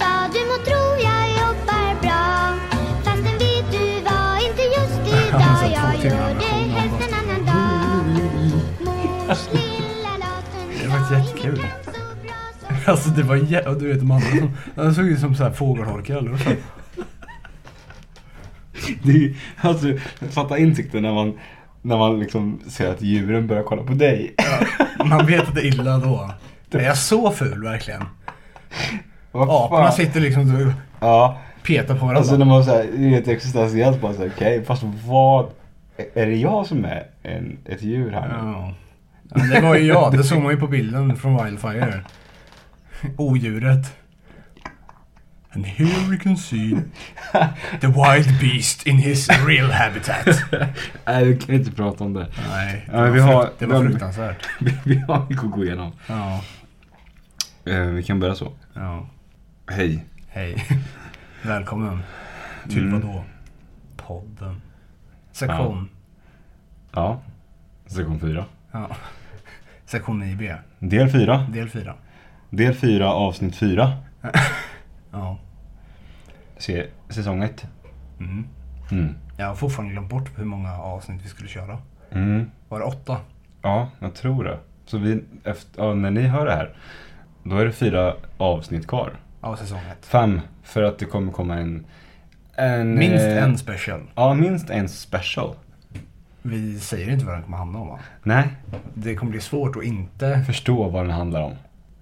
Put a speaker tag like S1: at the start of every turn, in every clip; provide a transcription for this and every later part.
S1: Det var jättekul. Alltså det var jä... och Du vet de andra. Han såg ut som så här fågelholkar eller så.
S2: Det är, ju- alltså, fatta insikten när man, när man liksom ser att djuren börjar kolla på dig.
S1: Man vet att det är illa då. Är jag så ful verkligen?
S2: Vad
S1: Aporna
S2: fan?
S1: sitter liksom och
S2: Ja,
S1: petar på varandra.
S2: alltså när man såhär, det är ett existentiellt bara såhär, okej, fast vad, är det jag som är en, ett djur här nu?
S1: Ja. Ja, men det var ju jag. Det såg man ju på bilden från Wildfire. Odjuret. And here we can see the wild beast in his real habitat.
S2: Nej, vi kan inte prata om det.
S1: Nej, det
S2: Ja,
S1: var,
S2: men vi
S1: frukt-
S2: har-
S1: det var
S2: vi har-
S1: fruktansvärt.
S2: Vi, vi har mycket att gå igenom.
S1: Ja,
S2: Eh, vi kan börja så.
S1: ja.
S2: Hej. Mm.
S1: Hej. Välkommen till vadå? Podden. Sektion.
S2: Ja, sektion fyra.
S1: Ja. Sektion 9B.
S2: Del fyra.
S1: Del 4.
S2: Del fyra, avsnitt fyra.
S1: Ja.
S2: Se, säsong ett.
S1: Mm.
S2: Mm.
S1: Jag har fortfarande glömt bort hur många avsnitt vi skulle köra.
S2: Mm.
S1: Var det åtta?
S2: Ja, jag tror det. Så vi, efter, ja, när ni hör det här, då är det fyra avsnitt kvar.
S1: Ja, säsong ett.
S2: Fem, för att det kommer komma en... en
S1: Minst
S2: eh,
S1: en special.
S2: Ja, minst en special.
S1: Vi säger inte vad den kommer handla om va?
S2: Nej,
S1: Det kommer bli svårt att inte...
S2: förstå vad den handlar om.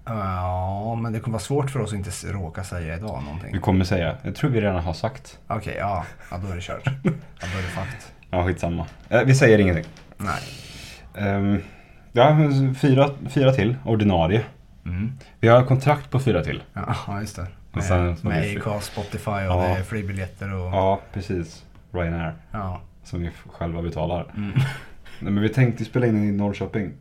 S1: Ja, men det kommer vara svårt för oss att inte s- råka säga idag
S2: Vi
S1: någonting.
S2: kommer säga, jag tror vi redan har sagt.
S1: Okej, ja. ja. Då är det kört. Ja, då är det fakt.
S2: Ja, skitsamma. Eh, vi säger ingenting.
S1: Nej.
S2: Um, ja, fyra, fyra till, ordinarie.
S1: Mm.
S2: Vi har kontrakt på fyra till.
S1: Ja, ja, just det.
S2: Och sen-
S1: Med, med Acast, Spotify och
S2: Ja.
S1: det är fribiljetter och...
S2: Ja, precis. Ryanair,
S1: Ja.
S2: som vi själva betalar.
S1: Mm.
S2: Nej, men vi tänkte spela in i Norrköping.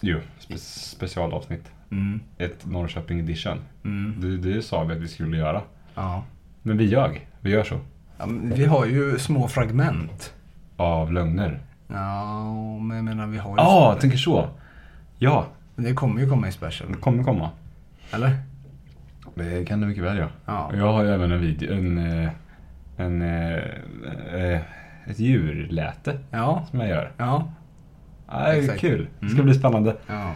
S2: Jo, spe- specialavsnitt.
S1: Mm.
S2: ett Norrköping edition.
S1: Mm.
S2: Det, det sa vi att vi skulle göra.
S1: Ja.
S2: Men vi ljög. Vi gör så.
S1: ja men vi har ju små fragment.
S2: Av lögner.
S1: Ja, men jag menar vi har ju...
S2: Ja, ah, tänker så. Ja,
S1: Det kommer ju komma i special.
S2: det kommer komma.
S1: Eller?
S2: Det kan du mycket väl göra.
S1: Ja.
S2: Jag har ju även en video, en, eh, en, eh, eh, ett djurläte
S1: Ja.
S2: som jag gör.
S1: Ja.
S2: Ah, det är
S1: Exakt.
S2: kul. Det ska bli spännande.
S1: Ja.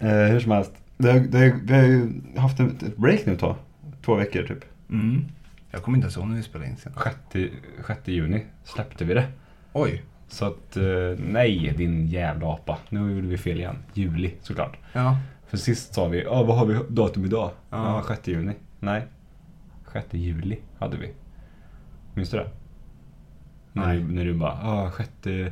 S2: Eh, hur som helst. Det, det, vi har ju haft ett ett break nu ett tag. Två veckor typ.
S1: Mm. Jag kommer inte ens ihåg när vi spelade in sen.
S2: 6, 6 juni släppte vi det.
S1: Oj.
S2: Så att, eh, nej din jävla apa. Nu gjorde vi fel igen. Juli såklart.
S1: Ja.
S2: För sist sa vi, ja vad har vi datum idag?
S1: Ja.
S2: Ja, 6 juni. Nej. 6 juli hade vi. Minns du det? När,
S1: Nej.
S2: du, när du bara, ja 6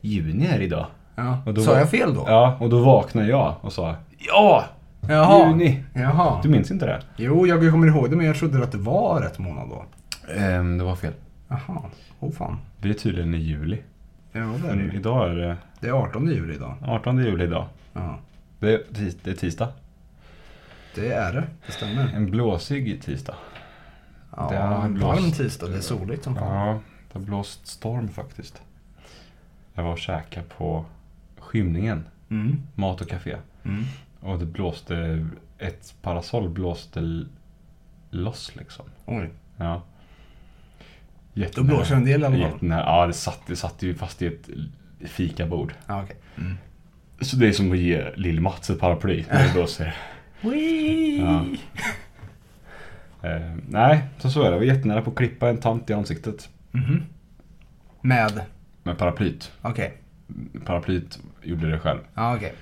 S2: juni är det idag.
S1: ja.
S2: Och då
S1: Sa
S2: var-
S1: jag fel då?
S2: Ja, och då vaknade jag och sa, ja!
S1: Jaha.
S2: Juni.
S1: Jaha.
S2: Du minns inte det?
S1: Jo, jag kommer ihåg det men jag trodde att det var rätt månad då.
S2: Ehm, det var fel.
S1: Jaha. Oh fan.
S2: Vi är tydligen i juli.
S1: Ja, det är det
S2: Men
S1: ju.
S2: idag är det
S1: Det är 18 juli idag.
S2: 18 juli idag.
S1: Ja.
S2: Det är, tis- det är tisdag.
S1: Det är det. Det stämmer.
S2: En blåsig tisdag.
S1: Ja,
S2: Det har
S1: en
S2: blåst.
S1: varm tisdag. Det är soligt som fan.
S2: Ja, det har blåst storm faktiskt. Jag var och käkade på Skymningen,
S1: Mm.
S2: mat och café.
S1: Mm.
S2: Och det blåste, ett parasoll blåste l- loss liksom.
S1: Oj.
S2: Ja.
S1: Då blåser en del i alla fall.
S2: Jättenära. Ja, det satt, det satt ju fast i ett l- fikabord.
S1: Ja, okej.
S2: Så det är som att ge Lill-Mats ett paraply när det blåser. Ja. Eh, nej, så så är det. Jag var jättenära på att klippa en tant i ansiktet.
S1: Mhm. Med?
S2: Med paraplyt.
S1: Okej.
S2: Paraplyt gjorde det själv.
S1: Ja, okej.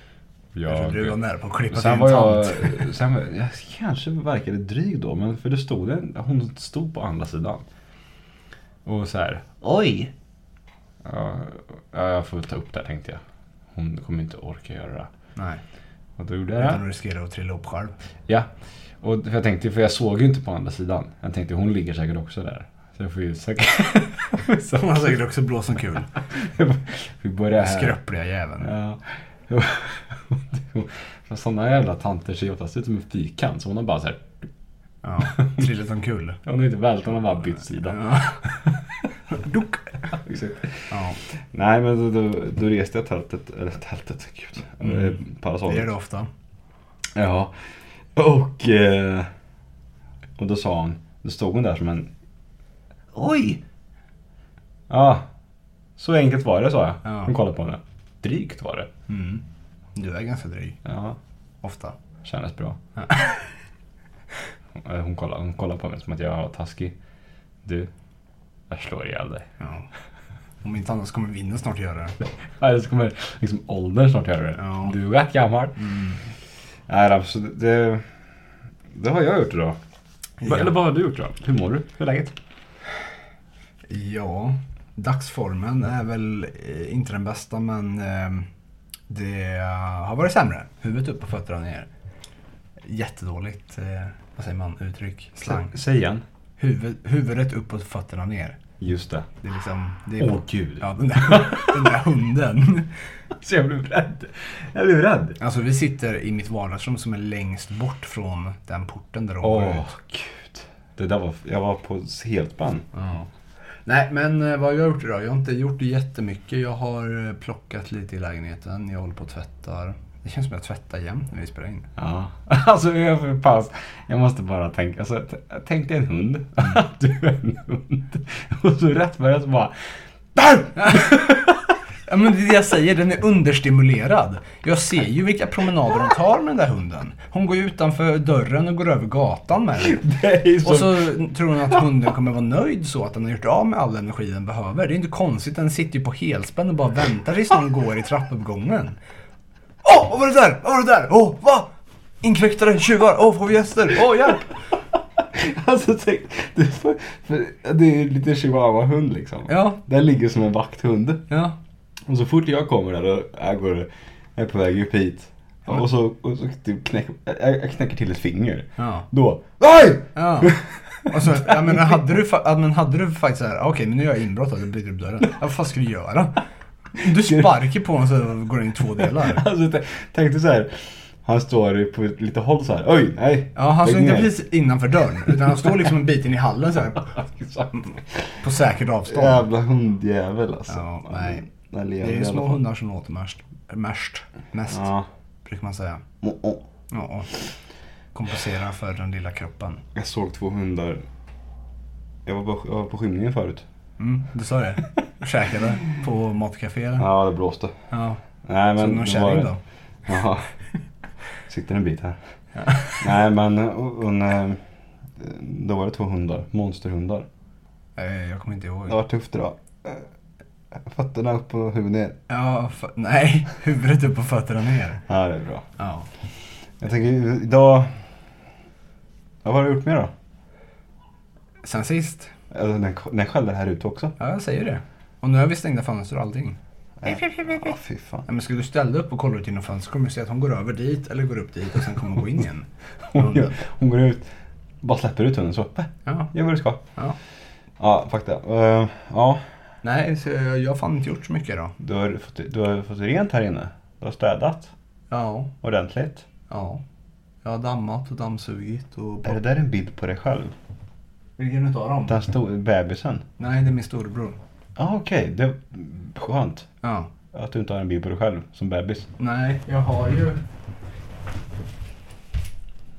S1: Jag
S2: Jag,
S1: trodde du var nära på att klippa till
S2: Sen
S1: en
S2: var jag,
S1: tant.
S2: sen var, jag kanske verkade dryg då, men för det stod en, hon stod på andra sidan. Och så här,
S1: Oj!
S2: ja, ja, jag får ta upp det här, tänkte jag. Hon kommer inte orka göra det.
S1: Nej,
S2: Och då gjorde jag
S1: utan
S2: det.
S1: att riskera att trilla upp själv.
S2: Ja. Och för jag tänkte, för jag såg ju inte på andra sidan. Jag tänkte, hon ligger säkert också där. Så jag får ju säkert... så
S1: Hon har säkert också blåst som kul.
S2: vi börjar här.
S1: Skröpliga jäveln.
S2: Ja. Men Sådana jävla tanter ser ju oftast ut som en fyrkant. Så hon har bara så här,
S1: Ja, trillat som kul.
S2: hon har inte vält, hon har bara bytt sida.
S1: Ja. Duck! Ja,
S2: Nej men då, då, då reste jag tältet, eller tältet, gud. Eh,
S1: Mm. det
S2: Parasollet.
S1: gör det ofta.
S2: Ja. Och, eh, och då sa hon, då stod hon där som en... Oj! Ja. Så enkelt var det sa jag.
S1: Ja.
S2: Hon kollade på henne. Drygt var det.
S1: Mm. Du är ganska dryg,
S2: Ja,
S1: ofta.
S2: kändes bra. Eh, Hon kollar, hon kollar på mig som att jag var taskig. Du, jag slår ihjäl dig.
S1: Ja. Om inte annars kommer vinden snart göra det.
S2: Eller så kommer liksom åldern snart göra det.
S1: Ja.
S2: Du är rätt gammal.
S1: Mm.
S2: Nej, absolut. Det, det har jag gjort idag.
S1: Ja.
S2: Eller vad har du gjort då? Hur mår du? Hur är läget?
S1: Ja, dagsformen är väl eh, inte den bästa men eh, det har varit sämre. Huvudet upp och fötterna ner. Jättedåligt, eh, vad säger man, uttryck, slang.
S2: Sä- Säg igen.
S1: Huvud, huvudet upp och fötterna ner.
S2: Just det.
S1: Det är liksom... Det är
S2: Åh gud.
S1: Ja, den där, den där hunden.
S2: Så jag blev rädd. Jag blev rädd.
S1: Alltså vi sitter i mitt vardagsrum som är längst bort från den porten där de
S2: Åh
S1: går ut.
S2: gud. Det där var, jag var på helt band.
S1: Ja. Nej, men eh, vad har jag gjort idag? Jag har inte gjort jättemycket. Jag har eh, plockat lite i lägenheten. Jag håller på och tvättar. Det känns som att jag tvättar jämt när vi spelar in.
S2: Ja. Alltså jag får paus. Jag måste bara tänka. Alltså, t- tänk dig en hund.
S1: Mm.
S2: du är en hund. Och så rätt vad det är så bara. Där!
S1: Ja, men det är det jag säger, den är understimulerad. Jag ser ju vilka promenader hon tar med den där hunden. Hon går ju utanför dörren och går över gatan med den.
S2: Det är som,
S1: Och så tror hon att hunden kommer vara nöjd så att den har gjort av med all energi den behöver. Det är inte konstigt, den sitter ju på helspänn och bara väntar tills någon går i trappuppgången. Åh, vad var det där? Vad var det där? Åh, va? Inkräktare, tjuvar, åh, får vi gäster? Åh, hjälp!
S2: alltså tänk. Det är, för, för, det är ju lite chihuahua-hund liksom.
S1: Ja.
S2: Den ligger som en vakthund.
S1: Ja,
S2: Och så fort jag kommer där och jag går, jag är på väg upp hit. Och så, och så typ knäcker, jag, jag knäcker till ett finger.
S1: Ja.
S2: Då, nej!
S1: ja. Och så, ja, men hade du, fa- ja, men hade du faktiskt såhär, okej men nu gör jag inbrott och bryter upp dörren. Ja, vad fan ska du göra? Du sparkar på honom så går den i två delar.
S2: Alltså t- tänk dig så här. Han står på ett lite håll så här. Oj, nej.
S1: Ja, han
S2: lägg
S1: står inte
S2: ner."
S1: precis innanför dörren, utan han står liksom en bit in i hallen så här,
S2: Exakt.
S1: på säkert avstånd.
S2: Jävla hundjävel alltså.
S1: Ja, nej.
S2: Den lever
S1: Det är
S2: i
S1: ju
S2: alla
S1: små
S2: fall.
S1: hundar som låter mest. Mest, mest
S2: Ja.
S1: brukar man säga.
S2: Åh, åh.
S1: Ja. Kompensera för den lilla kroppen.
S2: Jag såg två hundar. Jag var på, jag var på skymningen förut.
S1: Mm, du sa det. Käkade på matcafé eller? Ja.
S2: Ja, det blåste. Nej, men
S1: Såg du någon
S2: det
S1: kärring
S2: var-
S1: då?
S2: Ja. Sitter en bit här. Nej men hon, eh, då var det två hundar, monsterhundar.
S1: Eh, Jag kommer inte ihåg.
S2: Det var tufft idag. Eh, Fötterna upp och huvudet ner.
S1: Ja, f- nej. Huvudet upp och fötterna ner.
S2: Ja det är bra.
S1: Ja.
S2: Jag tänker idag... Ja, vad har du gjort mer då?
S1: Sen sist.
S2: Alltså, den, den skällde här ute också.
S1: Ja, jag säger det. Och nu har vi stängda fönster och allting.
S2: Ja Ah, fy fan.
S1: Nej, men skulle du ställa dig upp och kolla ut genom fönstret kommer du se att hon går över dit eller går upp dit och sen kommer hon gå in igen.
S2: Hon, gör- hon går ut, bara släpper ut hunden så. "Va?
S1: Ja,
S2: Gör vad du ska.
S1: ja.
S2: Ja, fakta. Eh, ja,
S1: Nej, så jag jag har fan inte gjort så mycket då.
S2: du har, fått, du har fått rent här inne. Du har städat
S1: Ja.
S2: ordentligt.
S1: Ja. Jag har dammat och dammsugit och...
S2: Är det där en bild på dig själv?
S1: Vilken utav dem?
S2: Den stora bebisen?
S1: Nej, det är min storebror.
S2: Ja ah, okej, det skönt
S1: Ja.
S2: att du inte har en bild på dig själv som bebis.
S1: Nej, jag har ju...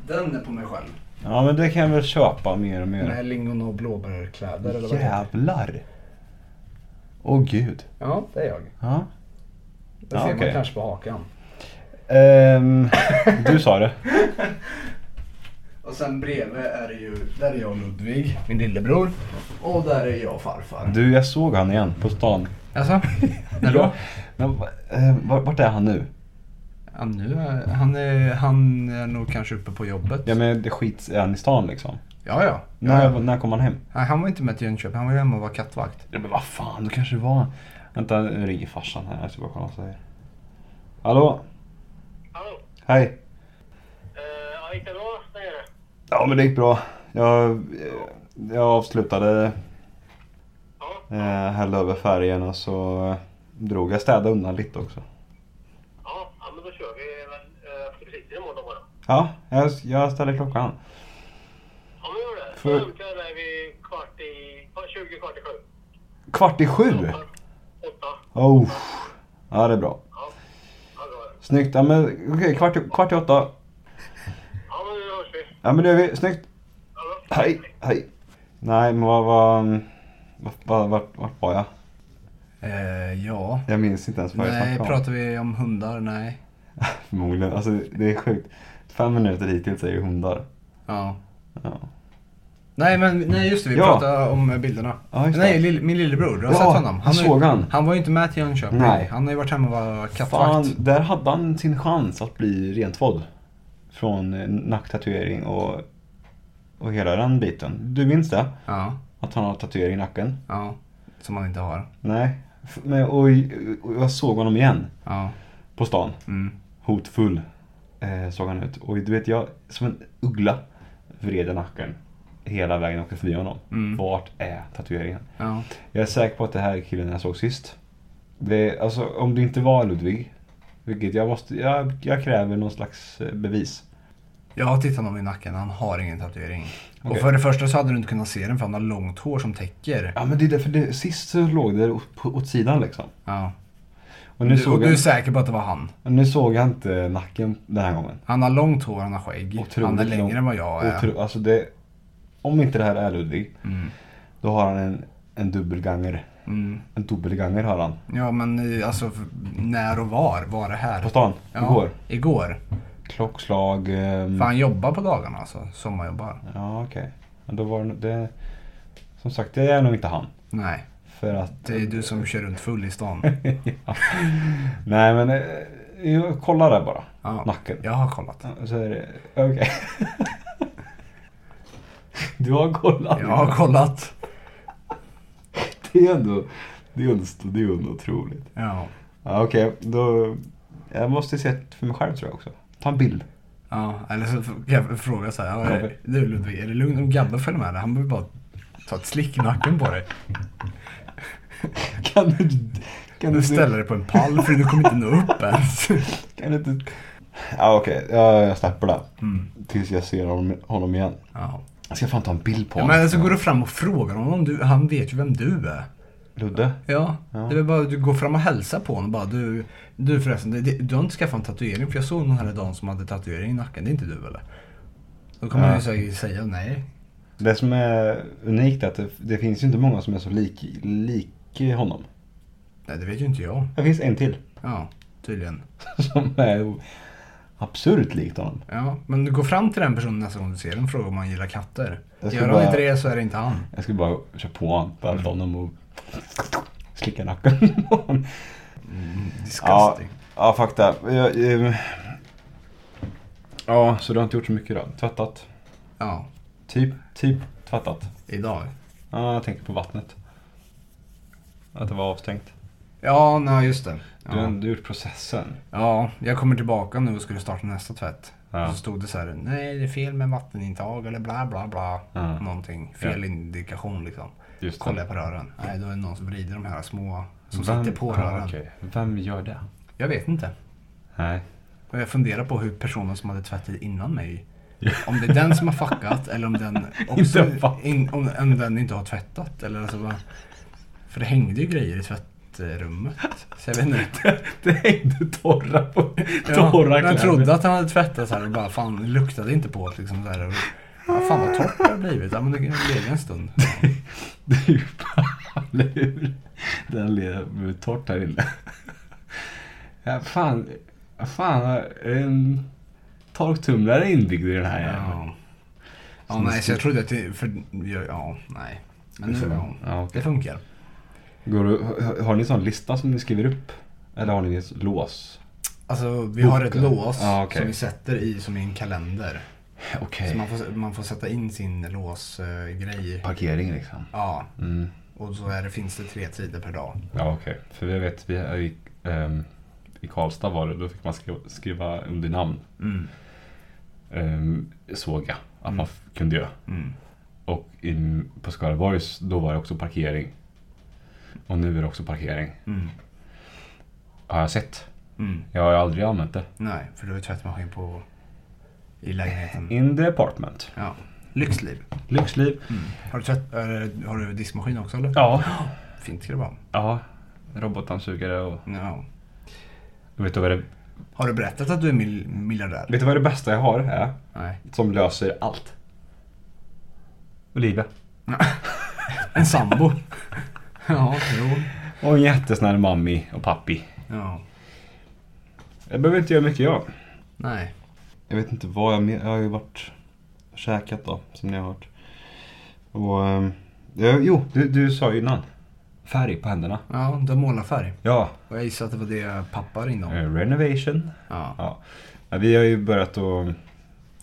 S1: Den är på mig själv.
S2: Ja men det kan jag väl köpa mer och mer.
S1: Med lingon och blåbärkläder eller vad det heter.
S2: Jävlar! Åh gud.
S1: Ja, det är jag.
S2: Ja.
S1: Det
S2: Ja,
S1: ser
S2: okej.
S1: man kanske på hakan.
S2: Ehm, du sa det.
S1: Och sen bredvid är det ju... Där är jag och Ludvig, min lillebror. Och där är jag och farfar.
S2: Du jag såg han igen på stan.
S1: Alltså? När då?
S2: Men, va- eh, vart, vart är han nu?
S1: Ja, nu är, han, är, han är nog kanske uppe på jobbet.
S2: Ja men det skits, är han i stan liksom?
S1: Ja, ja.
S2: När, när kom han hem?
S1: Nej, Han var inte med till Jönköping, han var ju hemma och var kattvakt.
S2: Ja men vad fan, då kanske det var Vänta, nu ringer farsan här. Jag ska bara kolla vad han säger. Hallå?
S3: Hallå?
S2: Hej.
S3: Eh, Ja, gick det bra där nere?
S2: Ja men det gick bra. Jag, jag avslutade
S3: Ja.
S2: eh, hällde över färgen och så eh, drog jag städade undan lite också.
S3: Ja, ja men då kör vi väl eh, försiktigt imorgon bara.
S2: Ja, jag, jag ställer klockan.
S3: Ja, men gör det.
S2: För-
S3: För... Då ökar där vid kvart i... kvart- 20, kvart i sju.
S2: Kvart i sju!
S3: Åtta.
S2: Oh. Ja det är bra.
S3: Ja. Ja, bra det.
S2: Snyggt. Ja men okej, kvart, i- kvart i åtta.
S3: Ja, men nu hörs vi.
S2: Ja men det är vi. Snyggt.
S3: Ja, bra.
S2: mm, Hej, hej. Nej men vad, vad, vad, vad vart, vart var jag?
S1: Eh, ja.
S2: Jag minns inte ens vad jag
S1: Nej,
S2: snackade om.
S1: pratar vi om hundar? Nej.
S2: Förmodligen. Alltså det är sjukt. Fem minuter hittills är ju hundar.
S1: Ja.
S2: Ja.
S1: Nej, men nej, just det. Vi
S2: Ja.
S1: pratade om eh, bilderna.
S2: Ja, just det.
S1: nej, lill, min lillebror. Du har
S2: Ja,
S1: sett honom.
S2: jag
S1: har ju-
S2: såg han.
S1: Han var ju inte med till Jönköping.
S2: Nej.
S1: Han har ju varit hemma och varit
S2: Fan,
S1: kattvakt.
S2: där hade han sin chans att bli rentvådd. Från eh, nacktatuering och, och hela den biten. Du minns det?
S1: Ja,
S2: Att han har tatuering i nacken?
S1: ja. Som han inte har.
S2: Nej. F- Men, och, och jag såg honom igen
S1: Ja.
S2: på stan.
S1: Mm.
S2: Hotfull eh, såg han ut. Och du vet, jag som en uggla vred jag nacken hela vägen åkte förbi honom.
S1: Mm.
S2: Vart är tatueringen?
S1: Ja.
S2: Jag är säker på att det här är killen jag såg sist. Det, är- alltså, om det inte var Ludvig, vilket jag måste, jag, jag kräver någon slags eh, bevis.
S1: Jag har tittat honom i nacken. Han har ingen tatuering. Och
S2: Okej.
S1: för det första så hade du inte kunnat se den för han har långt hår som täcker.
S2: Ja men det är därför det, sist så låg det åt, på, åt sidan liksom.
S1: Ja.
S2: Och
S1: Du,
S2: nu,
S1: och
S2: såg
S1: du är
S2: jag,
S1: säker på att det var han?
S2: nu såg jag inte nacken den här gången.
S1: Han har långt hår, han har skägg.
S2: Otroligt
S1: han är längre
S2: lång-
S1: än vad jag är.
S2: Otro, alltså det, om inte det här är Ludvig,
S1: Mm.
S2: då har han en, en dubbelganger.
S1: Mm.
S2: En dubbelganger har han.
S1: Ja men eh, alltså f- när och var var det här?
S2: På stan,
S1: Ja,
S2: igår. Mm.
S1: Igår.
S2: Klockslag... ehm,
S1: För han jobbar på dagarna alltså. Sommarjobbar.
S2: Ja okej. Men då var det, det... Som sagt, det är nog inte han.
S1: Nej,
S2: För att...
S1: det är du som kör runt full i stan.
S2: ja. Nej men, eh, jag kollar där bara.
S1: Ja,
S2: Nacken.
S1: jag har kollat.
S2: Så är det, okej. du har kollat?
S1: Jag har kollat.
S2: Det är ändå, det är ändå, det är ändå otroligt.
S1: Ja.
S2: Ja, okej, då... Jag måste se ett för mig själv tror jag också. Ta en bild.
S1: ja. Eller så kan jag fråga så här.
S2: Gabbe.
S1: "Ja, Du Ludvig, är det lugnt om Gabbe följer med dig? Han behöver bara ta ett slick i nacken på dig.
S2: Kan du... Kan
S1: Du ställer dig på en pall för du kommer inte nå upp ens.
S2: Kan du inte... Ja okej, jag, jag släpper det.
S1: Mm.
S2: Tills jag ser honom, honom igen.
S1: Ja.
S2: Jag ska fan ta en bild på
S1: Ja,
S2: honom.
S1: men så går du fram och frågar honom. Du, han vet ju vem du är.
S2: Ludde?
S1: Ja,
S2: Ja.
S1: det är väl bara att du går fram och hälsar på honom och bara. Du, du förresten, det, det, du har inte skaffat en tatuering för jag såg någon här idag som hade tatuering i nacken. Det är inte du eller? Då kommer
S2: Ja.
S1: han ju säkert säga nej.
S2: Det som är unikt är att det, det finns ju inte många som är så lik, lik honom.
S1: Nej, det vet ju inte jag.
S2: Det finns en till
S1: Ja, tydligen.
S2: som är o- absurt likt honom.
S1: Ja, men du går fram till den personen nästa gång du ser den och frågar om han gillar katter.
S2: Jag
S1: Gör
S2: ska
S1: han
S2: bara-
S1: inte det så är det inte han.
S2: Jag skulle bara köra på honom, välta honom och slicka nacken på honom.
S1: Disgusting.
S2: ja fakta. Jag, ehm, ja, så du har inte gjort så mycket då? Tvättat?
S1: Ja,
S2: Typ, typ tvättat?
S1: idag.
S2: Ja, jag tänker på vattnet. Att det var avstängt.
S1: Ja, nej, just det.
S2: Du har
S1: Ja.
S2: ändå gjort processen.
S1: ja, jag kommer tillbaka nu och skulle starta nästa tvätt.
S2: Ja.
S1: Och så stod det så här, nej det är fel med vattenintag eller bla bla bla.
S2: Ja.
S1: Någonting, fel indikation liksom.
S2: Just
S1: Kollar jag på rören. Nej, då är det någon som vrider de här små som
S2: Vem-
S1: sitter på
S2: ja,
S1: rören.
S2: okej. Vem gör det?
S1: Jag vet inte.
S2: Nej.
S1: Och jag funderar på hur personen som hade tvättat innan mig, om det är den som har fuckat eller om den, också,
S2: Inte fuck.
S1: in, om, om den inte har tvättat. Eller alltså, vad- för det hängde ju grejer i tvättrummet. Så jag vet inte.
S2: Det hängde torra på
S1: Ja, men jag trodde att han hade tvättat så här och bara fan det luktade inte på det liksom. Så här, och, ja, fan vad torrt det har blivit. Ja men det blev en stund.
S2: Det är ju fan lur. Den lever torrt här inne. Ja, fan. Fan. En torktumlare är inbyggd i den här jäveln.
S1: Ja. Ja, nej, så jag trodde att det... För, ja, ja, nej. Men nu, ja.
S2: Ja, okej.
S1: Det funkar.
S2: Går du, har- har ni en sån lista som ni skriver upp? Eller har ni ett lås?
S1: Alltså, vi har ett
S2: Boka.
S1: lås
S2: Ja, okej.
S1: som vi sätter i som i en kalender.
S2: Okej.
S1: Så man får, man får sätta in sin låsgrej.
S2: Parkering liksom.
S1: ja,
S2: Mm.
S1: och så är det, finns det tre tider per dag.
S2: Ja, okej. För vi vet, vi är i, ehm, i Karlstad var det, då fick man skriva, skriva under namn.
S1: Mm.
S2: Ehm, såg jag att man f- kunde göra.
S1: Mm.
S2: Och in, på Skaraborgs, då var det också parkering. Och nu är det också parkering.
S1: Mm.
S2: Har jag sett.
S1: Mm.
S2: Jag har ju aldrig använt det.
S1: Nej, för du har ju tvättmaskin på... I lägenheten.
S2: In the apartment.
S1: Ja. Lyxliv.
S2: Lyxliv.
S1: Har du, tvätt, eller, har du diskmaskin också eller?
S2: Ja.
S1: Fint ska det vara.
S2: Ja. Robotdammsugare och...
S1: Ja.
S2: Vet du, vad det, vet
S1: Har du berättat att du är mil- miljardär?
S2: du vad det bästa jag har är?
S1: Nej.
S2: Som löser allt. Olivia.
S1: En sambo. Ja, jo.
S2: Och en jättesnäll mammi och pappi.
S1: Ja.
S2: Jag behöver inte göra mycket jag.
S1: Nej.
S4: Jag vet inte vad jag mer... Jag har ju varit och käkat då, som ni har hört. Och... ehm, ja, jo,
S2: Du, du sa ju innan. Färg på händerna.
S1: Ja, de målar färg.
S2: Ja.
S1: Och jag gissar att det var det pappa ringde om.
S2: eh, Renovation.
S1: Ja.
S2: Ja. Ja, Vi har ju börjat att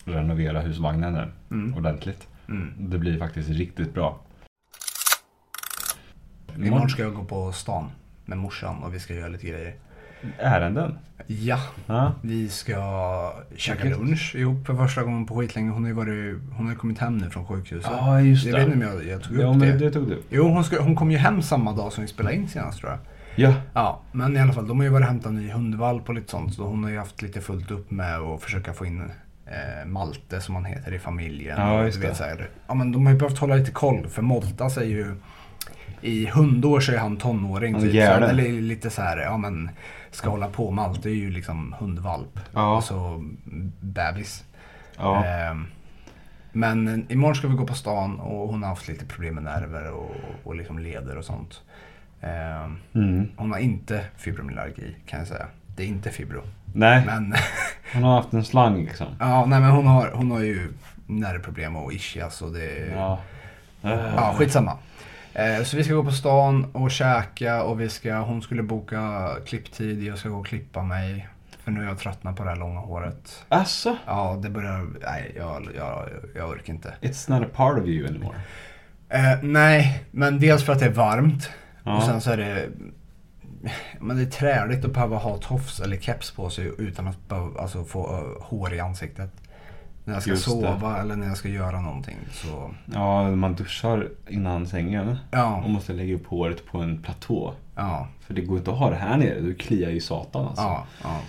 S2: renovera husvagnen nu.
S1: Mm.
S2: Ordentligt.
S1: Mm.
S2: Det blir faktiskt riktigt bra.
S1: Imorgon ska jag gå på stan med morsan och vi ska göra lite grejer.
S2: Ärenden.
S1: Ja,
S2: Ja.
S1: vi ska käka lunch ihop för första gången på skitlänge. Hon har ju varit, hon har ju kommit hem nu från sjukhuset.
S2: Ja, just
S1: jag
S2: det.
S1: vet inte om jag, jag tog upp
S2: Ja, men
S1: det.
S2: det tog du.
S1: Jo, hon, ska, hon kom ju hem samma dag som vi spelade in senast tror jag.
S2: Ja.
S1: Ja, men i alla fall, de har ju varit och hämtat en ny hundvalp och lite sånt. Så hon har ju haft lite fullt upp med att försöka få in eh, Malte som han heter i familjen.
S2: Ja,
S1: Och du
S2: just
S1: vet,
S2: det.
S1: så här, ja, men de har ju behövt hålla lite koll för Moltas är ju i hundår så är han tonåring.
S4: Han är
S1: typ, så han
S4: galen.
S1: är li- lite så här, ja men ska hålla på. Malte är ju liksom hundvalp.
S4: Ja.
S1: Och så bebis.
S4: ja.
S1: Ehm, men imorgon ska vi gå på stan och hon har haft lite problem med nerver och, och liksom leder och sånt. Ehm,
S2: Mm.
S1: hon har inte fibromyalgi kan jag säga. Det är inte fibro.
S2: Nej,
S1: Men,
S2: hon har haft en slang liksom.
S1: ja, nej, men hon, har, hon har ju nervproblem och ischias och det
S2: Ja.
S1: Ja, skitsamma. Eh, Så vi ska gå på stan och käka och vi ska, hon skulle boka klipptid, jag ska gå och klippa mig. För nu är jag tröttnat på det här långa håret.
S2: Alltså?
S1: Ja, det börjar, nej jag, jag, jag orkar inte.
S2: It's not a part of you anymore.
S1: Eh, nej, men dels för att det är varmt.
S2: Ja.
S1: Och sen så är det... Men det är träligt att behöva ha tofs eller keps på sig utan att behöva, alltså, få eh, hår i ansiktet. När jag ska
S2: Just det.
S1: sova eller när jag ska göra någonting. Så,
S2: Ja, man duschar innan sängen och
S1: ja,
S2: måste lägga upp håret på en platå.
S1: ja,
S2: För det går inte att ha det här nere, du kliar ju satan alltså.
S1: ja, ja.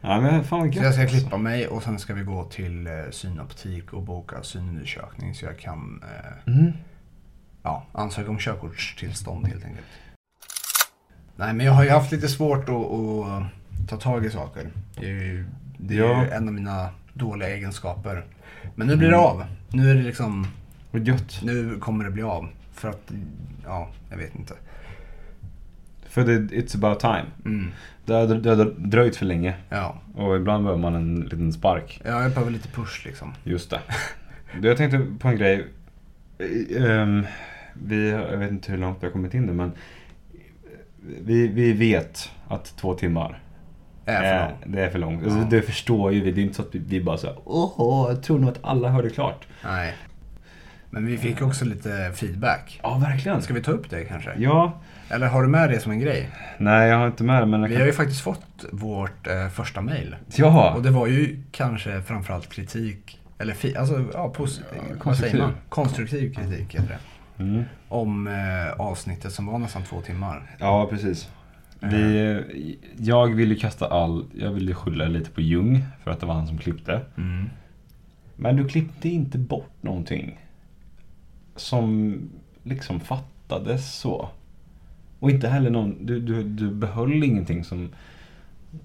S2: ja men fan vad
S1: Så jag ska
S2: alltså.
S1: klippa mig och sen ska vi gå till eh, synoptik och boka synundersökning så jag kan eh,
S2: Mm.
S1: ja, ansöka om körkortstillstånd helt enkelt. Nej, men jag har ju haft lite svårt att, att ta tag i saker. Det är ju, det är
S2: Ja.
S1: ju en av mina dåliga egenskaper. Men nu
S2: Mm.
S1: blir det av. Nu, är det liksom,
S2: Vad gött.
S1: nu kommer det bli av. För att, ja, jag vet inte.
S2: För det, it's about time.
S1: Mm,
S2: Det har, det har dröjt för länge
S1: ja.
S2: och ibland behöver man en liten spark.
S1: ja, jag behöver lite push liksom.
S2: Just det. Du, jag tänkte på en grej. I- ehm, vi, jag vet inte hur långt vi har kommit in nu men vi, vi vet att två timmar
S1: Är för
S2: Eh,
S1: lång.
S2: det är för långt. Alltså,
S1: Ja.
S2: Det förstår ju vi. Det är inte så att vi- vi bara såhär åh, jag tror nog att alla hörde klart.
S1: Nej. Men vi fick också lite feedback.
S2: Ja, verkligen.
S1: Ska vi ta upp det kanske?
S2: Ja.
S1: Eller har du med det som en grej?
S2: Nej, jag har inte med det men jag
S1: Vi
S2: kan...
S1: har ju faktiskt fått vårt eh, första mejl.
S2: Ja.
S1: Och det var ju kanske framförallt kritik, eller fi, alltså, ja, pos, vad säger
S2: konstruktiv.
S1: man? konstruktiv kritik heter det.
S2: Mm.
S1: Om eh, avsnittet som var nästan två timmar.
S2: Ja, precis. Vi, eh, jag ville kasta all... Jag ville skylla lite på Jung för att det var han som klippte.
S1: Mm.
S2: Men du klippte inte bort någonting som liksom fattades så. Och inte heller någon... Du, du, du behöll ingenting som,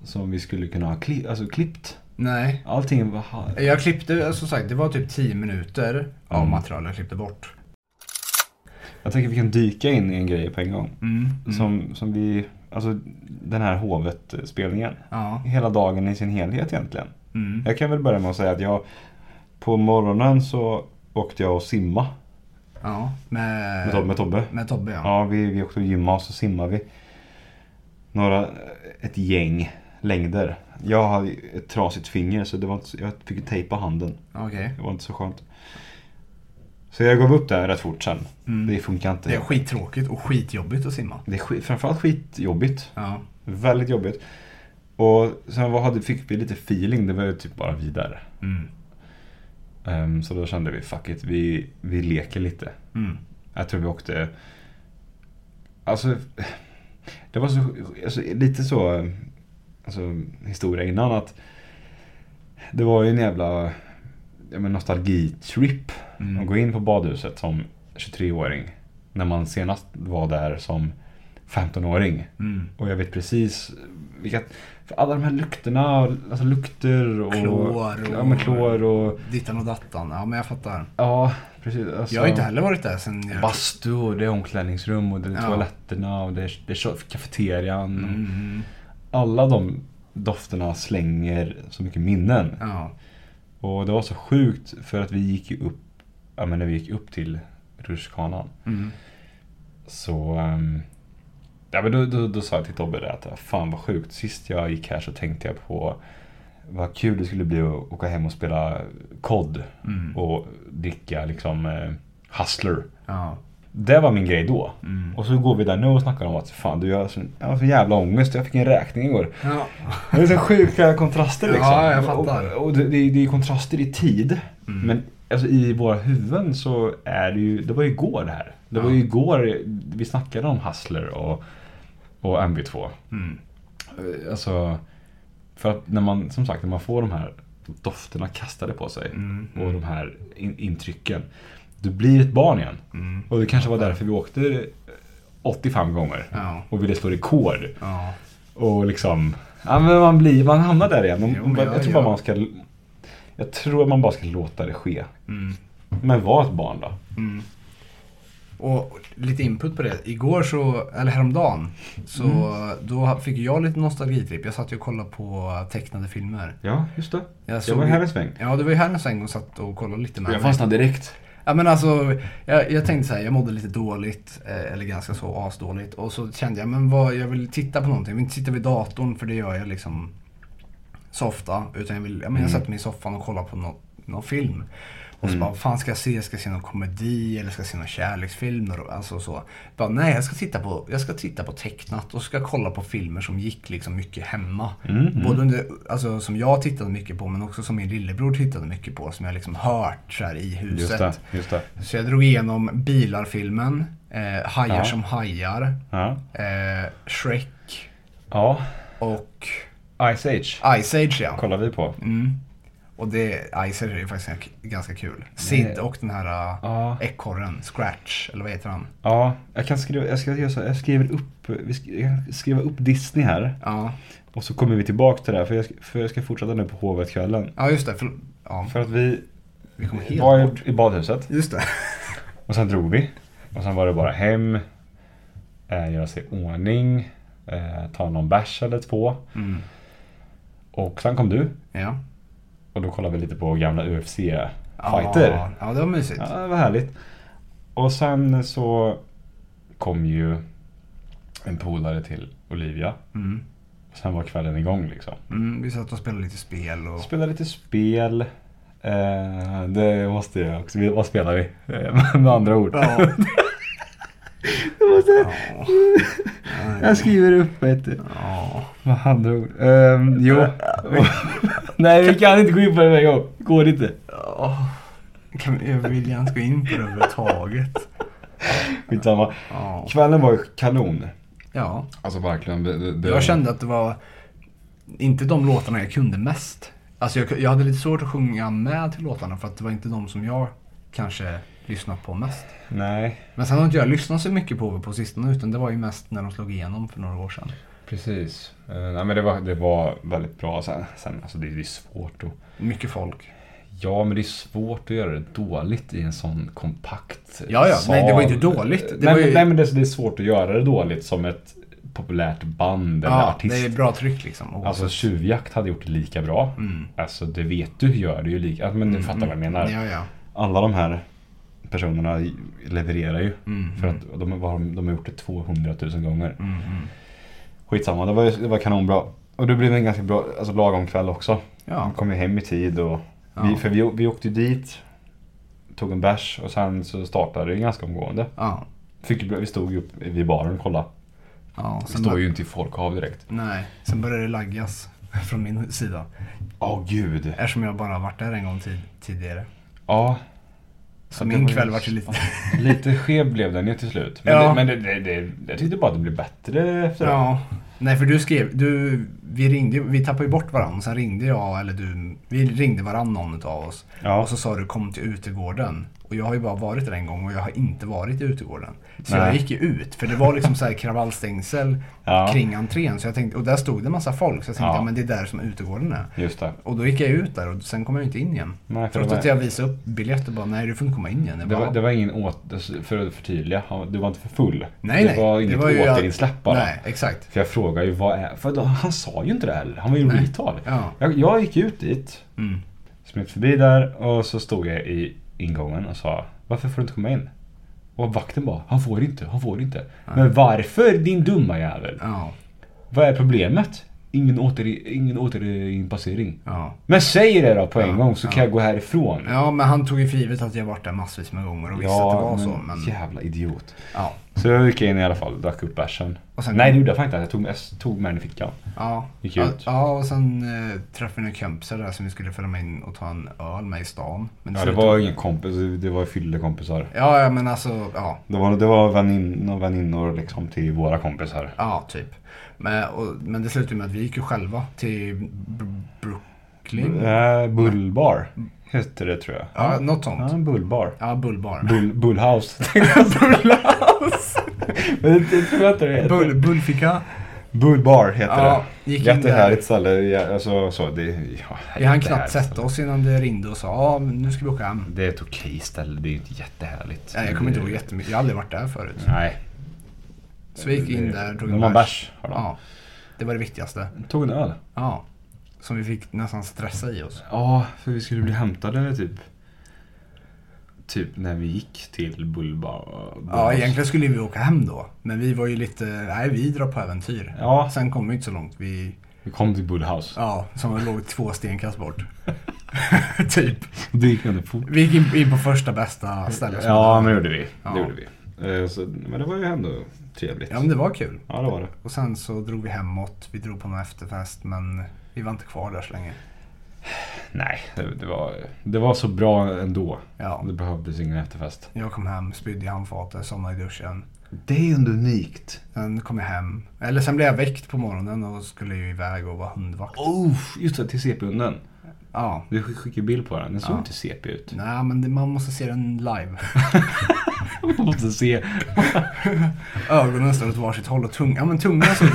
S2: som vi skulle kunna ha kli, alltså, klippt.
S1: Nej.
S2: Allting var... ha-
S1: Jag klippte, eh, som sagt, det var typ tio minuter av
S2: Mm.
S1: material jag klippte bort.
S2: Jag tänker vi kan dyka in i en grej på en gång.
S1: Mm. Mm.
S2: Som, som vi, alltså den här hovet-spelningen.
S1: Ja.
S2: Hela dagen i sin helhet egentligen.
S1: Mm.
S2: Jag kan väl börja med att säga att jag på morgonen så åkte jag och simma
S1: ja. Med,
S2: med, Tob- med Tobbe.
S1: Eh, med Tobbe ja.
S2: Ja, vi, vi åkte och gymma och så simmade vi. Några, ett gäng längder. Jag hade ju ett trasigt finger så det var inte, så- jag fick ju tejpa handen.
S1: Okej.
S2: Det var inte så skönt. Så jag gav upp där rätt fort sen.
S1: Mm.
S2: Det funkar inte.
S1: Det är skittråkigt och skitjobbigt att simma.
S2: Det är skit, framförallt skitjobbigt.
S1: Ja.
S2: Väldigt jobbigt. Och sen vad hade, fick vi lite feeling, det var ju typ bara vi där.
S1: Mm.
S2: Ehm, så då kände vi, fuck it, vi, vi leker lite.
S1: Mm.
S2: Jag tror vi åkte... Alltså, det var så, alltså, lite så, alltså historia innan att det var ju en jävla ja, men nostalgitrip
S1: Mm.
S2: att gå in på badhuset som 23-åring. När man senast var där som 15-åring.
S1: Mm.
S2: Och jag vet precis vilka... För alla de här lukterna, alltså lukter och...
S1: Klor och-
S2: och... Ja, men klor och...
S1: Dittan och dattan. Ja, men jag fattar.
S2: Ja, precis. Alltså,
S1: Jag har inte heller varit där sen jag...
S2: Bastu och det är omklädningsrum och det är
S1: Ja.
S2: toaletterna och det är, det är så- kafeterian.
S1: Mm.
S2: Alla de dofterna slänger så mycket minnen.
S1: Ja.
S2: Och det var så sjukt för att vi gick ju upp, ja men när vi gick upp till rutschkanan.
S1: Mm.
S2: Så, ehm, ja men då, då, då sa jag till Tobbe det att fan vad sjukt. Sist jag gick här så tänkte jag på vad kul det skulle bli att åka hem och spela kod
S1: Mm.
S2: och dricka liksom eh, Hustler.
S1: Ja.
S2: Det var min grej då.
S1: Mm.
S2: Och så går vi där nu och snackar om att fan du jag har så, jag har så jävla ångest, jag fick en räkning igår.
S1: Ja.
S2: Det är så sjuka kontraster liksom.
S1: Ja, jag fattar. Mm.
S2: Och, och det, det, är- det är kontraster i tid. Men alltså, i våra huvuden så är det ju, det var ju igår det här. Det var ju igår vi snackade om Hustler och, och MB2.
S1: Mm.
S2: Eh, Alltså, för att när man, som sagt, när man får de här dofterna kastade på sig
S1: Mm.
S2: och de här in, intrycken. Du blir ett barn igen.
S1: Mm.
S2: Och det kanske var därför vi åkte eh, 85 gånger.
S1: Ja.
S2: Och ville slå rekord.
S1: Ja.
S2: Och liksom, ja men man blir, man hamnar där igen. Man,
S1: Jo, men
S2: jag,
S1: jag-
S2: tror bara
S1: jag-
S2: man ska, jag tror att man bara ska låta det ske.
S1: Mm.
S2: Men var ett barn då.
S1: Mm. Och lite input på det. Igår så, eller häromdagen, så
S2: Mm.
S1: då fick jag lite nostalgitripp. Jag satt ju och kollade på tecknade filmer.
S2: Ja, just det.
S1: Jag,
S2: Jag
S1: såg
S2: var
S1: ju-
S2: här en sväng.
S1: Ja, du var ju här en sväng och satt och kollade lite med mig.
S2: direkt.
S1: Ja, men alltså, jag, jag tänkte så här, jag mådde lite dåligt, eh, eller ganska så asdåligt. Och så kände jag, men vad, jag vill titta på någonting. Jag vill inte sitta vid datorn för det gör jag liksom så ofta. Utan jag, vill, ja, men
S2: Mm.
S1: jag sätter mig i soffan och kollar på nå- någon film. Och så bara, vad fan ska jag se? Ska jag se någon komedi eller ska jag se någon kärleksfilm? Och- Alltså så. Bara, nej, jag ska, titta på, jag ska titta på tecknat och ska kolla på filmer som gick liksom mycket hemma.
S2: Mm,
S1: Både under, alltså, som jag tittade mycket på men också som min lillebror tittade mycket på. Som jag liksom hört så här, i huset.
S2: Just det, just det.
S1: Så jag drog igenom bilarfilmen, eh, Hajar
S2: Ja.
S1: som hajar,
S2: Ja.
S1: eh, Shrek
S2: ja.
S1: och
S2: Ice Age
S1: Ice Age ja.
S2: kollar vi på.
S1: Och det, Ice Age är faktiskt ganska- ganska kul. Sid och den här
S2: Ja.
S1: eh, ekorren, Scratch, eller vad heter han?
S2: Ja, jag kan skriva, jag ska göra så, jag skriver upp, vi sk- jag kan skriva upp Disney här.
S1: Ja,
S2: Och så kommer vi tillbaka till det här för jag, ska- för jag ska fortsätta nu på Hovet-kvällen.
S1: ja just det. För, ja,
S2: För att vi
S1: vi kom helt
S2: var
S1: bort.
S2: i, i badhuset.
S1: Just det.
S2: Och sen drog vi. Och sen var det bara hem, eh, göra sig i ordning, eh, ta någon bärs eller två.
S1: Mm.
S2: Och sen kom du
S1: Ja.
S2: och då kollade vi lite på gamla UFC-fighter.
S1: Ja, ja, det var mysigt.
S2: Ja, det var härligt. Och sen så kom ju en polare till Olivia.
S1: Mm.
S2: Och sen var kvällen igång liksom.
S1: Mm, vi satt och spelade lite spel och...
S2: Spela lite spel. Eh, det måste jag också. Vi- Vad spelar vi? Eh, Med andra ord.
S1: Ja.
S2: Jag skriver upp ett...
S1: ja.
S2: Med andra ord. Ehm, jo. Nej, vi kan inte gå in på det med en gång. Går inte.
S1: ja. Kan vi- Jag vill inte gå in på det överhuvudtaget.
S2: Skitsamma.
S1: Ja.
S2: Kvällen var ju kanon.
S1: ja.
S2: Alltså verkligen. Det, det, det-
S1: Jag kände att det var inte de låtarna jag kunde mest. Alltså jag, jag hade lite svårt att sjunga med till låtarna för att det var inte de som jag kanske lyssnat på mest.
S2: Nej,
S1: Men sen har inte jag lyssnat så mycket på på sistone utan det var ju mest när de slog igenom för några år sedan.
S2: precis. Eh, nej, men det var, det var väldigt bra. Sen, sen alltså det, det är svårt att...
S1: Mycket folk.
S2: Ja, men det är svårt att göra det dåligt i en sån kompakt
S1: Ja, ja.
S2: sal.
S1: Nej, det var ju inte dåligt. Det
S2: nej,
S1: var ju-
S2: men- nej, men det, är- det är svårt att göra det dåligt som ett populärt band eller
S1: Ja,
S2: artist.
S1: det är bra tryck liksom. Och Mm.
S2: Alltså tjuvjakt hade gjort det lika bra. Alltså det vet du gör det ju lika. alltså, Men du fattar vad jag menar.
S1: Ja, ja.
S2: Alla de här personerna i- levererar ju. För att de, har- de har gjort det 200 000 gånger. Skitsamma, det var, ju- det var kanonbra. Och det blev en ganska bra, alltså lagom kväll också.
S1: Ja.
S2: Vi kom ju hem i tid och vi, för vi, å- vi åkte ju dit. Tog en bärs och sen så startade det ju ganska omgående.
S1: Ja.
S2: Fick, ju- vi stod ju upp vid baren och kollade.
S1: ja.
S2: Det
S1: Sen,
S2: står ju inte i folkhav direkt.
S1: Nej, sen började det laggas från min sida.
S2: Åh gud.
S1: Eftersom jag bara varit där en gång tid, tidigare.
S2: Ja,
S1: Så
S2: Ja, det
S1: min
S2: var ju-
S1: kväll vart ju lite...
S2: Lite skev blev den ju till slut. Men,
S1: Ja.
S2: det, men det, det, det, jag tyckte bara att det blev bättre efter det.
S1: Ja. Nej, för du skrev... Du, vi ringde ju- Vi tappade ju bort varandra. Sen ringde jag, eller du... Vi ringde varandra någon utav oss.
S2: Ja.
S1: Och så sa du kom till utegården. Och jag har ju bara varit där en gång och jag har inte varit i utegården. Så
S2: Nej.
S1: jag gick ju ut för det var liksom så här kravallstängsel
S2: Ja.
S1: kring entrén. Så jag tänkte, och där stod det en massa folk så jag tänkte
S2: Ja.
S1: ja. men det är där som utegården är.
S2: Just det.
S1: Och då gick jag ut där och sen kom jag inte in igen.
S2: Nej, för det
S1: Trots
S2: var-
S1: att jag visade upp biljett och bara nej du får inte komma in igen. Jag
S2: Det
S1: bara,
S2: var, det var ingen åter... För att förtydliga, han- du var inte för full.
S1: nej,
S2: det
S1: nej.
S2: var inget
S1: ju jag-
S2: återinsläpp bara.
S1: Nej, exakt.
S2: För jag frågade ju vad är... För då, han sa ju inte det heller. Han var ju
S1: Nej.
S2: retard.
S1: Ja.
S2: Jag, jag gick ut dit,
S1: Mm.
S2: smet förbi där och så stod jag i ingången och sa Varför får du inte komma in? Och vakten bara, han får inte, han får inte. Men varför din dumma jävel?
S1: Ja,
S2: Vad är problemet? Ingen, åter, ingen återinpassering.
S1: ja.
S2: Men säg det då på en
S1: Ja,
S2: gång så
S1: ja.
S2: kan jag gå härifrån.
S1: Ja, men han tog ju för givet att jag varit där massvis med gånger och visste att det var så. Men,
S2: jävla idiot.
S1: ja.
S2: Så jag gick in i alla fall och drack upp bärsen.
S1: Och sen-
S2: Nej det gjorde jag fan inte. Jag tog, jag tog med den i fickan.
S1: Ja.
S2: Gick
S1: ja,
S2: ut.
S1: ja, och sen eh, träffade vi några kompisar där som vi skulle följa med in och ta en öl med i stan. Men
S2: Ja, det var ingen kompis, det var fyllekompisar.
S1: Ja, ja, men alltså, ja.
S4: Det var, det var vänin, och väninnor liksom till våra kompisar.
S1: Ja, typ. Men, och, men det slutade med att vi gick ju själva till Br- Brooklyn. Ja,
S2: Äh, bullbar hette det tror jag.
S1: något
S2: Ja,
S1: sånt.
S2: en bullbar.
S1: Ja, bullbar.
S2: Bull, bullhouse. Men det- det tror jag inte det heter.
S1: Bull, bullficka.
S4: Bullbar heter
S1: Ja,
S4: det.
S1: gick in
S4: Jättehärligt ställe. Ja, Alltså, så, det, ja,
S1: Vi hann
S2: jättehärligt
S1: knappt sätta
S2: ställe.
S1: oss innan det ringde och sa ja, men nu ska vi åka hem.
S2: Det är ett okej ställe, det är ju inte jättehärligt.
S1: Nej, jag kommer inte ihåg jättemycket. Jag har aldrig varit där förut.
S2: Nej.
S1: Så vi gick in där, tog
S2: De har bärs. har de.
S1: Ja, det var det viktigaste.
S2: Tog en öl.
S1: Ja. Som vi fick nästan stressa i oss.
S2: Ja, för vi skulle bli hämtade typ. Typ när vi gick till Bullbar.
S1: Ja, egentligen skulle vi åka hem då. Men vi var ju lite, nej vi drar på äventyr.
S2: Ja.
S1: Sen kom vi inte så långt. Vi,
S2: Vi kom till Bullhouse.
S1: ja, som låg två stenkast bort. typ.
S2: Det gick ändå fort.
S1: Vi gick in, in på första bästa stället. som
S2: Ja,
S1: var.
S2: men det gjorde vi.
S1: Ja.
S2: Det gjorde vi. Eh, Så, men det var ju ändå trevligt.
S1: ja, men det var kul.
S2: Ja, det var det.
S1: Och sen så drog vi hemåt. Vi drog på någon efterfest men vi var inte kvar där så länge.
S2: Nej, det, det, var, det var så bra ändå.
S1: Ja.
S2: Det behövdes ingen efterfest.
S1: Jag kom hem, spydde i handfatet, somnade i duschen.
S4: det är ju ändå unikt.
S1: Sen kom jag hem. Eller sen blev jag väckt på morgonen och skulle ju iväg och vara hundvakt.
S2: Oh, just det, till CP-hunden.
S1: Ja.
S2: Du skick- skickade bild på den. Den såg
S1: Ja.
S2: inte CP ut.
S1: Nej, men det, man måste se den live.
S2: Man måste se.
S1: Ögonen står åt varsitt håll och tungan, ja, men tungan så,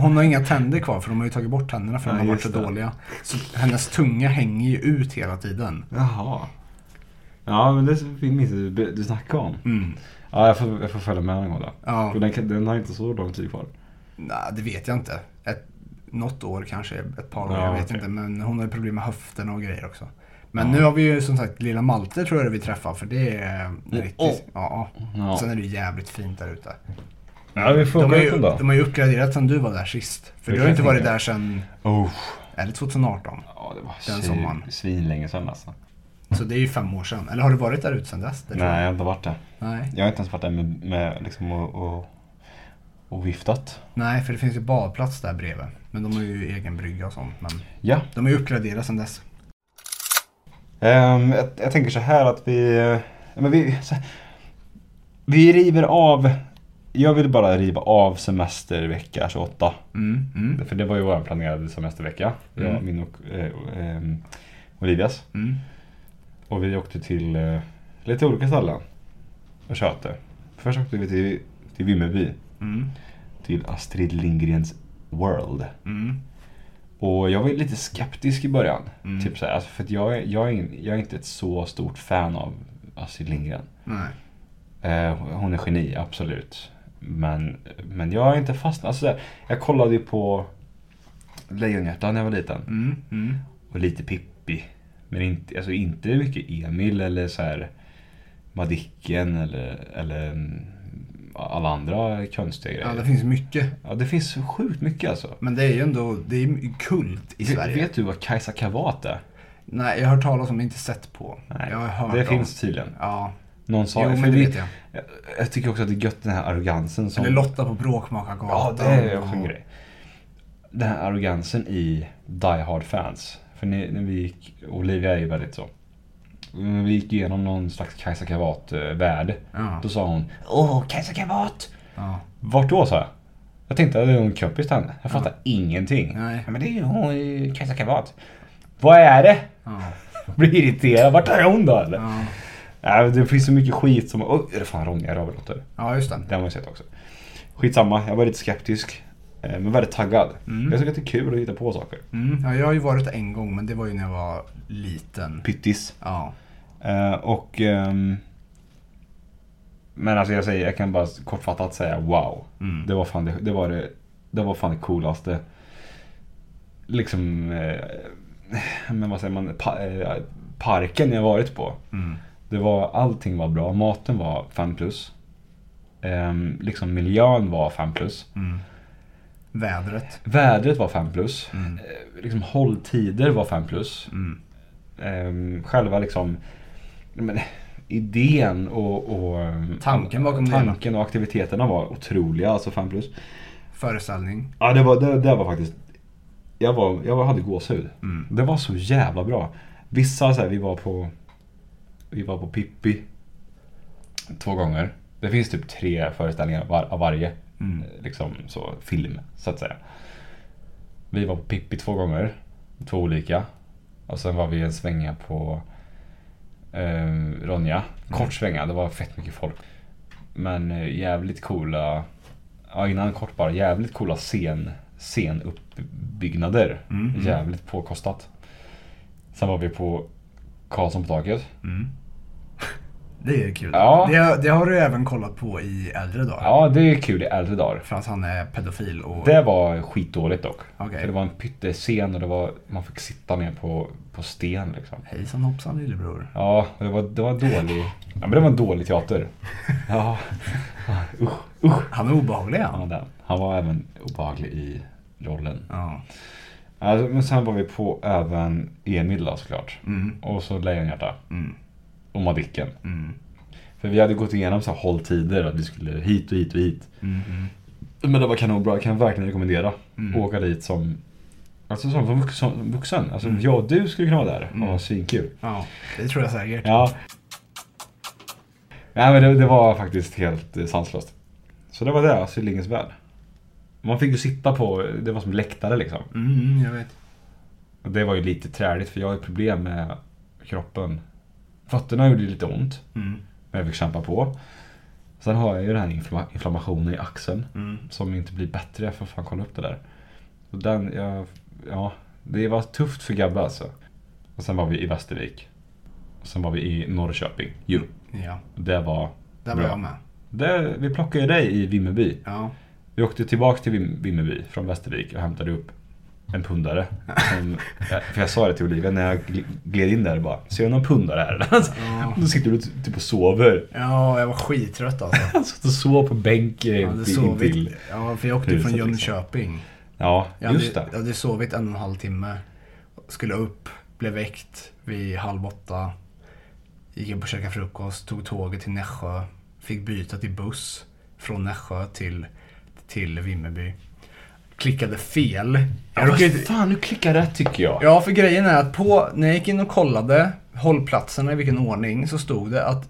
S1: hon har inga tänder kvar för de har ju tagit bort tänderna för de
S2: Ja,
S1: har varit så
S2: just det.
S1: dåliga. Så hennes tunga hänger ju ut hela tiden.
S2: Jaha. Ja, men det minns jag du, du snackade om.
S1: Mm.
S2: Ja, jag får, jag får följa med någon gång då.
S1: Ja.
S2: För Den, kan- den har inte så lång tid kvar.
S1: Nej, det vet jag inte. Ett, något år kanske, ett par år,
S2: Ja,
S1: jag vet
S2: okej.
S1: inte. Men hon har ju problem med höfterna och grejer också. Men nu har vi ju som sagt lilla Malte tror jag vi träffar för det är riktigt...
S2: åh.
S1: Ja.
S2: Ja.
S1: Sen är det ju jävligt fint där ute.
S2: Ja, vi får
S1: De
S2: åka
S1: har,
S2: ut
S1: ju,
S2: den då.
S1: de har ju uppgraderat sen du var där sist. För
S2: Det
S1: du har ju inte
S2: kan jag
S1: varit
S2: tänka.
S1: där sen,
S2: Oh.
S1: är det 2018?
S2: Ja, det var
S1: Den
S2: svin-
S1: sommaren.
S2: svinlänge sedan alltså.
S1: Så det är ju fem år sedan. Eller har du varit där ute sedan dess? Det tror
S4: Nej, jag har inte varit där.
S1: jag. Nej.
S4: Jag har inte ens varit där med, med liksom och, och, och viftat.
S1: Nej, för det finns ju badplats där bredvid. Men de har ju egen brygga och sånt. Men
S4: Ja.
S1: de är ju uppgraderade sedan dess.
S4: Ehm, jag, jag tänker så här att vi... eh, Men vi, så, vi river av... Jag vill bara riva av semestervecka 28.
S1: Mm, mm,
S2: För det var ju vår planerade semestervecka. Ja,
S1: Mm.
S2: min och eh, och, ehm, Olivias.
S1: mm.
S4: Och vi åkte till eh, lite olika ställen och tjötade. Först åkte vi till, till Vimmerby,
S1: Mm,
S4: till Astrid Lindgrens World.
S1: mm,
S4: Och jag var ju lite skeptisk i början.
S1: Mm.
S4: Typ så här, alltså för att jag, är- jag, är, in- jag är inte ett så stort fan av Astrid Lindgren.
S1: nej.
S4: Eh, hon är geni, absolut. Men, men jag är inte fastnat. Alltså, så här, jag kollade ju på Lejonhjärta när jag var liten.
S1: Mm, mm,
S4: Och lite Pippi. Men inte, alltså inte mycket Emil eller så här Madicken eller, eller mm, alla andra konstiga
S1: Ja,
S4: grejer.
S1: det finns mycket.
S4: Ja, det finns sjukt mycket alltså.
S1: Men det är ju ändå, det är ju kult i
S4: Vet,
S1: Sverige.
S4: vet du vad Kajsa Kavat är?
S1: Nej, jag har hört talas om, men inte sett på.
S4: Nej,
S1: jag har hört
S4: det
S1: om.
S4: finns tydligen.
S1: Ja,
S4: Någon sa
S1: jo
S4: för
S1: men det
S4: vi-
S1: vet jag.
S4: jag. Jag tycker också att det är gött den här arrogansen som...
S1: Eller Lotta på Bråkmakargatan.
S4: Ja, det är också en grej. Den här arrogansen i Die Hard-fans. För när, när vi gick, Olivia är ju väldigt så. När vi gick igenom någon slags Kajsa Kavat-värld.
S1: Ja,
S4: Då sa hon Åh, Kajsa Kavat!
S1: ja.
S4: Vart då sa jag? Jag tänkte att det är en kompis till henne. Jag fattar ingenting.
S1: Nej.
S4: Ja, Men det är ju hon, eh, Kajsa Kavat. Vad är det?
S1: ja,
S4: Blir irriterad. Vart är hon då eller?
S1: ja.
S2: Nej, det finns så mycket skit som... Oh, är det fan Ronja Rövardotter?
S1: Ja, just det.
S2: Den har jag sett också. Skitsamma, jag var lite skeptisk. eh, Men väldigt taggad.
S1: Mm.
S2: Jag tycker att det är kul att hitta på saker.
S1: Mm. Ja, jag har ju varit en gång, men det var ju när jag var liten.
S2: Pyttis.
S1: Ja.
S2: Eh, och... ehm, men alltså jag säger, jag kan bara kortfattat säga wow.
S1: Mm.
S2: Det var fan det, det, var det, det var fan det coolaste. Liksom... Eh, men vad säger man? Pa, eh, parken jag varit på.
S1: Mm.
S2: Det var, allting var bra. Maten var 5 plus. Ehm, liksom miljön var 5 plus.
S1: Mm. Vädret.
S2: Vädret var 5 plus.
S1: Mm.
S2: Eh, liksom hålltider var 5 plus.
S1: Mm.
S2: Ehm, själva liksom men, idén och, och
S1: Tanken bakom det hela.
S2: tanken och aktiviteterna var otroliga. Alltså 5 plus.
S1: Föreställning.
S2: Ja, det var, det, det var faktiskt... Jag, var, jag var- hade gåshud.
S1: Mm.
S2: Det var så jävla bra. Vissa så här, vi var på... Vi var på Pippi. Två gånger. Det finns typ tre föreställningar var, av varje.
S1: Mm.
S2: eh, Liksom så, film, så att säga. Vi var på Pippi två gånger. Två olika. Och sen var vi en svänga på eh, Ronja.
S1: Mm.
S2: Kort svänga, det var fett mycket folk. Men eh, jävligt coola, ja, innan kort bara, jävligt coola scen, scenuppbyggnader.
S1: Mm, mm.
S2: Jävligt påkostat. Sen var vi på Karlsson på taket.
S1: Mm. Det är kul.
S2: Ja.
S1: Det, det har du även kollat på i äldre dagar.
S2: Ja, det är kul i äldre dagar.
S1: För att han är pedofil och...
S2: Det var skitdåligt dock.
S1: Okej.
S2: För det var en pyttescen och det var, man fick sitta ner på, på sten liksom.
S1: Hejsan hoppsan lillebror.
S2: Ja, och det var, det var dålig, ja, men det var en dålig teater. Ja, usch, usch.
S1: Han är obehaglig
S2: Han var,
S1: han.
S2: där. han var även obehaglig i rollen.
S1: Ja.
S2: Alltså, men sen var vi på även Emil då, såklart.
S1: Mm.
S2: Och så Lejonhjärta.
S1: Mm.
S2: Och Madicken.
S1: Mm.
S2: För vi hade gått igenom så här hålltider, att vi skulle hit och hit och hit.
S1: Mm. Mm.
S2: Men det var kanonbra, jag kan verkligen rekommendera. Åka dit som, alltså som vux- som vuxen. Alltså
S1: Mm.
S2: jag och du skulle kunna vara där och ha svinkul.
S1: Ja, det tror jag säkert.
S2: Ja. Nej men det, det var faktiskt helt eh, sanslöst. Så det var det, alltså i Lindgrens värld. Man fick ju sitta på, det var som läktare liksom.
S1: Mm, Mm, jag vet.
S2: Och det var ju lite träligt för jag har ju problem med kroppen. Fötterna gjorde lite ont,
S1: Mm.
S2: men jag fick kämpa på. Sen har jag ju den här infla- inflammationen i axeln
S1: Mm.
S2: som inte blir bättre. Jag får fan kolla upp det där. Så den, ja, ja, det var tufft för Gabbe alltså. Och sen var vi i Västervik. Och sen var vi i Norrköping. Jo.
S1: Mm, Ja,
S2: Det var...
S1: där var
S2: Bra.
S1: jag med.
S2: Det, vi plockade ju dig i Vimmerby.
S1: Ja.
S2: Vi åkte tillbaka till Vim, Vimmerby från Västervik och hämtade upp en pundare. Som, för jag sa det till Olivia när jag gl- gled in där bara. Ser jag någon pundare här?
S1: Ja.
S2: Då sitter du typ och sover.
S1: ja, jag var skittrött alltså.
S2: Han satt och sov på bänk eh,
S1: Jag hade
S2: in- intill.
S1: sovit. Ja, för jag åkte
S2: huset,
S1: från
S2: liksom.
S1: Jönköping.
S2: Ja,
S1: Jag hade,
S2: just det.
S1: jag hade sovit en och en halv timme. Skulle upp, blev väckt vid halv åtta. Gick upp och käkade frukost, tog tåget till Nässjö. Fick byta till buss från Nässjö till, till Vimmerby. Klickade fel. Jag
S2: Ja,
S1: råkade,
S2: fast fan, nu klickar rätt tycker jag.
S1: ja, för grejen är att på, när jag gick in och kollade hållplatserna i vilken ordning så stod det att,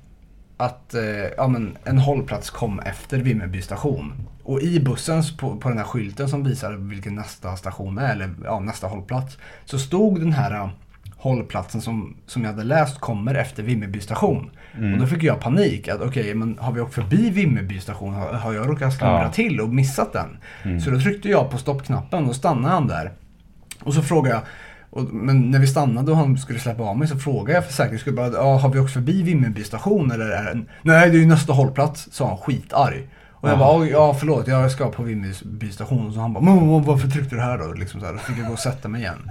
S1: att eh, ja, men en hållplats kom efter Vimmerby station. Och i bussen s- på, på den här skylten som visar vilken nästa station är, eller ja, nästa hållplats, så stod den här eh, hållplatsen som, som jag hade läst kommer efter Vimmerby station. Och då fick jag panik att okej, men har vi åkt förbi Vimmerby station har, har jag råkat slumra
S2: Ja.
S1: till och missat den? Så då tryckte jag på stoppknappen och stannade han där. Och så frågade jag, och, men när vi stannade och han skulle släppa av mig så frågade jag för säkerhets skull bara, ja, har vi åkt förbi Vimmerby station eller är det, Nej, det är ju nästa hållplats, sa han skitarg. Och jag bara, "Oj, ja förlåt, jag ska på Vimmerby station. Så han bara, men vad- varför tryckte du här då? Liksom så här, då fick jag gå och sätta mig igen.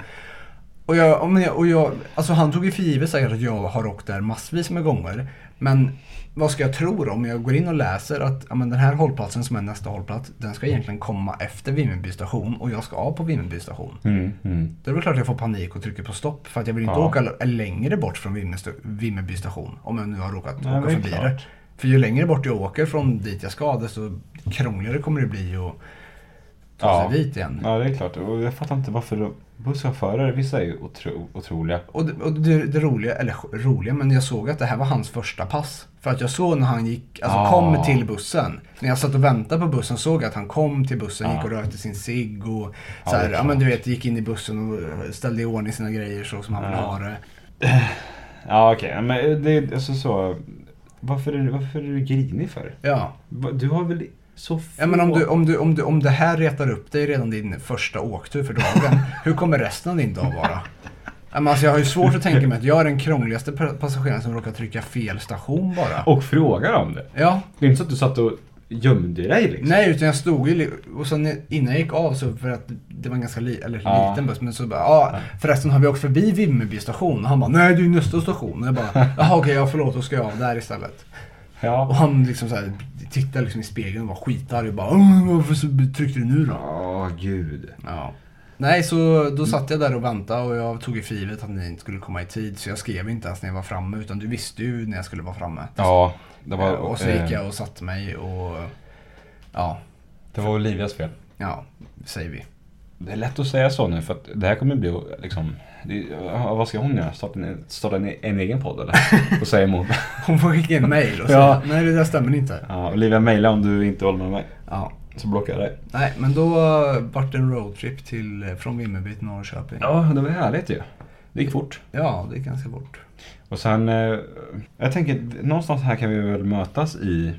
S1: Och jag, ja, men jag, och jag, alltså han tog ju för givet säkert att jag har åkt där massvis med gånger. Men vad ska jag tro då? om jag går in och läser att ja, men den här hållplatsen som är nästa hållplats, den ska egentligen komma efter Vimmerby station och jag ska av på Vimmerby station.
S2: Mm, mm.
S1: Då är det väl klart jag får panik och trycker på stopp för att jag vill inte
S2: Ja.
S1: åka l- längre bort från Vimmerstö- Vimmerby station om jag nu har råkat
S2: Nej,
S1: åka
S2: det är
S1: förbi
S2: klart.
S1: det. För ju längre bort jag åker från dit jag ska desto krångligare kommer det bli att ta
S2: Ja.
S1: sig dit igen.
S2: Ja, det är klart. Och jag fattar inte varför de- busschaufförer, vissa är ju otro, otroliga.
S1: Och, det, och det, det roliga, eller roliga, men jag såg att det här var hans första pass. För att jag såg när han gick, alltså
S2: Ah.
S1: kom till bussen. När jag satt och väntade på bussen såg jag att han kom till bussen, gick
S2: Ah.
S1: och rökte sin cigg och
S2: Ja,
S1: så
S2: det
S1: här,
S2: är
S1: ja men du
S2: klart.
S1: eh, vet, gick in i bussen och ställde i ordning sina grejer så som han ville
S2: Ja.
S1: ha det.
S2: Ja okej, men det är alltså så. Varför är, du- varför är du grinig för?
S1: Ja.
S2: Va- Du har väl så få...
S1: ja men om, du, om, du, om, du, om det här retar upp dig redan din första åktur för dagen. hur kommer resten av din dag vara? Ja, men alltså, jag har ju svårt att tänka mig att jag är den krångligaste pa- passageraren som råkar trycka fel station bara.
S2: Och frågar om det.
S1: Ja,
S2: Det är inte så att du satt och gömde dig liksom.
S1: Nej, utan jag stod ju li- och sen innan jag gick av så för att det var en ganska li, eller
S2: Ja.
S1: liten buss. Men så bara, ja förresten har vi åkt förbi Vimmerby station? Och han bara, nej det är ju nästa station. Och jag bara, jaha okej, ja, förlåt då ska jag av där istället. Och
S2: Ja.
S1: han liksom så här, tittade liksom i spegeln och var skitarg och bara, "Mm, varför så tryckte du nu då?
S2: Åh gud.
S1: Ja. Nej, så då satt jag där och väntade och jag tog ju för givet att ni inte skulle komma i tid. Så jag skrev inte ens när jag var framme utan du visste ju när jag skulle vara framme.
S2: Ja, det var...
S1: Eh, och så gick
S2: eh,
S1: jag och satte mig och ja,
S2: Det var Olivias fel.
S1: ja, säger vi.
S2: Det är lätt att säga så nu för att det här kommer bli liksom... Det, ja, vad ska hon göra? Starta en, starta en, en egen podd eller? Och säga emot?
S1: Hon får skicka in mail och säga
S2: Ja.
S1: nej det där stämmer inte.
S2: Ja, Olivia mejla om du inte håller med mig.
S1: Ja.
S2: Så blockar jag dig.
S1: Nej men då eh, vart det en roadtrip till, eh, från Vimmerby till Norrköping. Ja.
S2: Ja, det var härligt ju. Det gick fort.
S1: det är ganska fort.
S2: Och sen, eh, jag tänker någonstans här kan vi väl mötas i...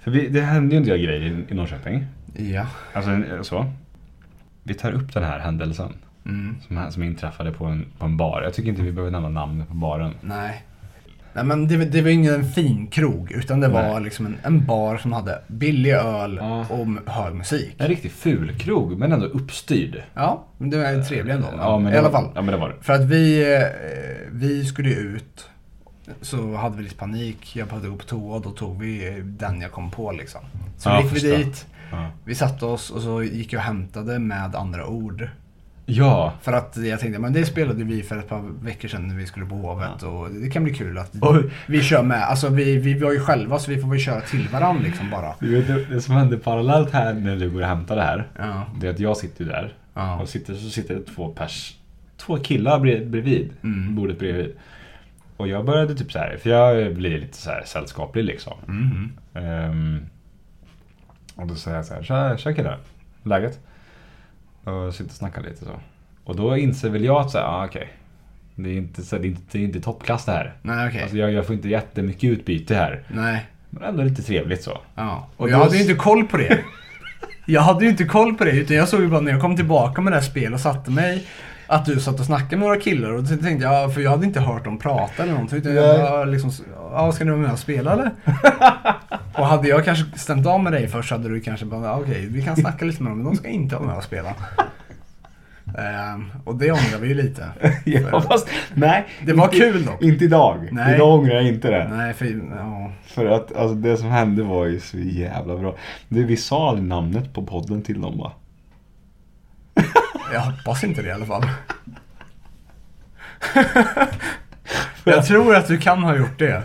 S2: För vi, det hände ju en del grejer i, i Norrköping.
S1: Ja.
S2: Alltså eh, så. Vi tar upp den här händelsen
S1: Mm.
S2: som, här- som inträffade på en, på en bar. Jag tycker inte vi behöver nämna namnet på baren.
S1: Nej. Nej men det, var- det var ingen fin krog utan det var
S2: Nej.
S1: liksom en, en bar som hade billig öl
S2: Ja.
S1: och m- hög musik.
S2: En riktig fulkrog men ändå uppstyrd.
S1: Ja, men det var ju trevligt ändå.
S2: men
S1: I
S2: det
S1: alla
S2: var-
S1: fall.
S2: Ja men det var det.
S1: För att vi, eh, vi skulle ju ut. Så hade vi lite panik. Jag behövde gå på toa och då tog vi eh, den jag kom på liksom. Så
S2: Ja,
S1: gick vi
S2: förstå.
S1: dit.
S2: Ja.
S1: Vi satte oss och så gick jag och hämtade med andra ord.
S2: ja.
S1: För att jag tänkte, men det spelade vi för ett par veckor sedan när vi skulle på Hovet och det kan bli kul att
S2: Oj.
S1: vi kör med. Alltså vi, vi var ju själva så vi får väl köra till varandra liksom bara.
S2: Du vet, det- det som hände parallellt här när du går och hämtar det här.
S1: Ja.
S2: Det är att jag sitter ju där.
S1: Ja.
S2: Och sitter, så sitter det två pers. Två killar bre- bredvid.
S1: Mm.
S2: Bordet bredvid. Och jag började typ så här. För jag blir lite så här sällskaplig liksom.
S1: Mm.
S2: Ehm, och då säger jag så här. Tja, tja killar. Läget? Och sitter och snackar lite så. Och då inser väl jag att så här. Ah, okej. Det är inte, så- det är inte, det är inte toppklass det här.
S1: Nej okej.
S2: Alltså jag, jag får inte jättemycket utbyte här.
S1: Nej.
S2: Men ändå lite trevligt så.
S1: Ja.
S2: Och
S1: Och jag
S2: då-
S1: hade ju inte koll på det. Jag hade ju inte koll på det utan jag såg ju bara när jag kom tillbaka med det här spelet och satte mig att du satt och snackade med några killar och då tänkte jag, för jag hade inte hört dem prata eller någonting. Utan jag
S2: Nej.
S1: bara liksom, ja ska ni vara med och spela eller? och hade jag kanske stämt av med dig först så hade du kanske bara, "Ja, okej vi kan snacka lite med dem men de ska inte vara med och spela. Ehm, och det ångrar vi ju lite.
S2: Ja, fast, nej,
S1: Det var kul dock.
S2: Inte idag.
S1: Nej.
S2: Idag ångrar jag inte det.
S1: Nej, för, ja.
S2: För att alltså, det som hände var ju så jävla bra. Det, vi sa aldrig namnet på podden till dem va?
S1: Jag hoppas inte det i alla fall. jag tror att du kan ha gjort det.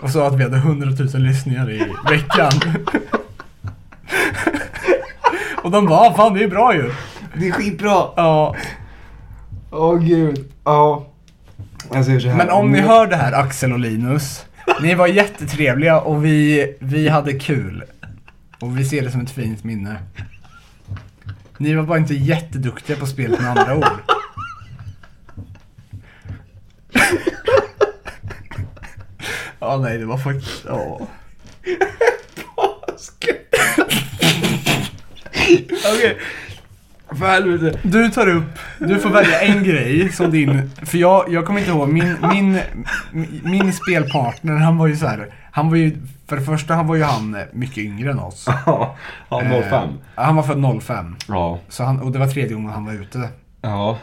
S1: Och sa att vi hade 100 000 lyssningar i veckan. Och de bara, "Ah, fan det är bra ju.
S2: Det är skitbra!
S1: Ja,
S2: Åh gud. Ja. Alltså, jag gör så här.
S1: men om ni hör det här Axel och Linus. Ni var jättetrevliga och vi, vi hade kul. Och vi ser det som ett fint minne. Ni var bara inte jätteduktiga på spelet med andra ord. Ja, nej, det var faktiskt... Ja.
S2: Okej. För helvete.
S1: Du tar upp, du får välja en grej som din, för jag, jag kommer inte ihåg, min, min, min- min spelpartner han var ju så här, han var ju, för det första han var ju han eh, mycket yngre än oss.
S2: Ja, ja, 05.
S1: Eh, han var född 05.
S2: Ja.
S1: Så han, och det var tredje gången han var ute.
S2: Ja.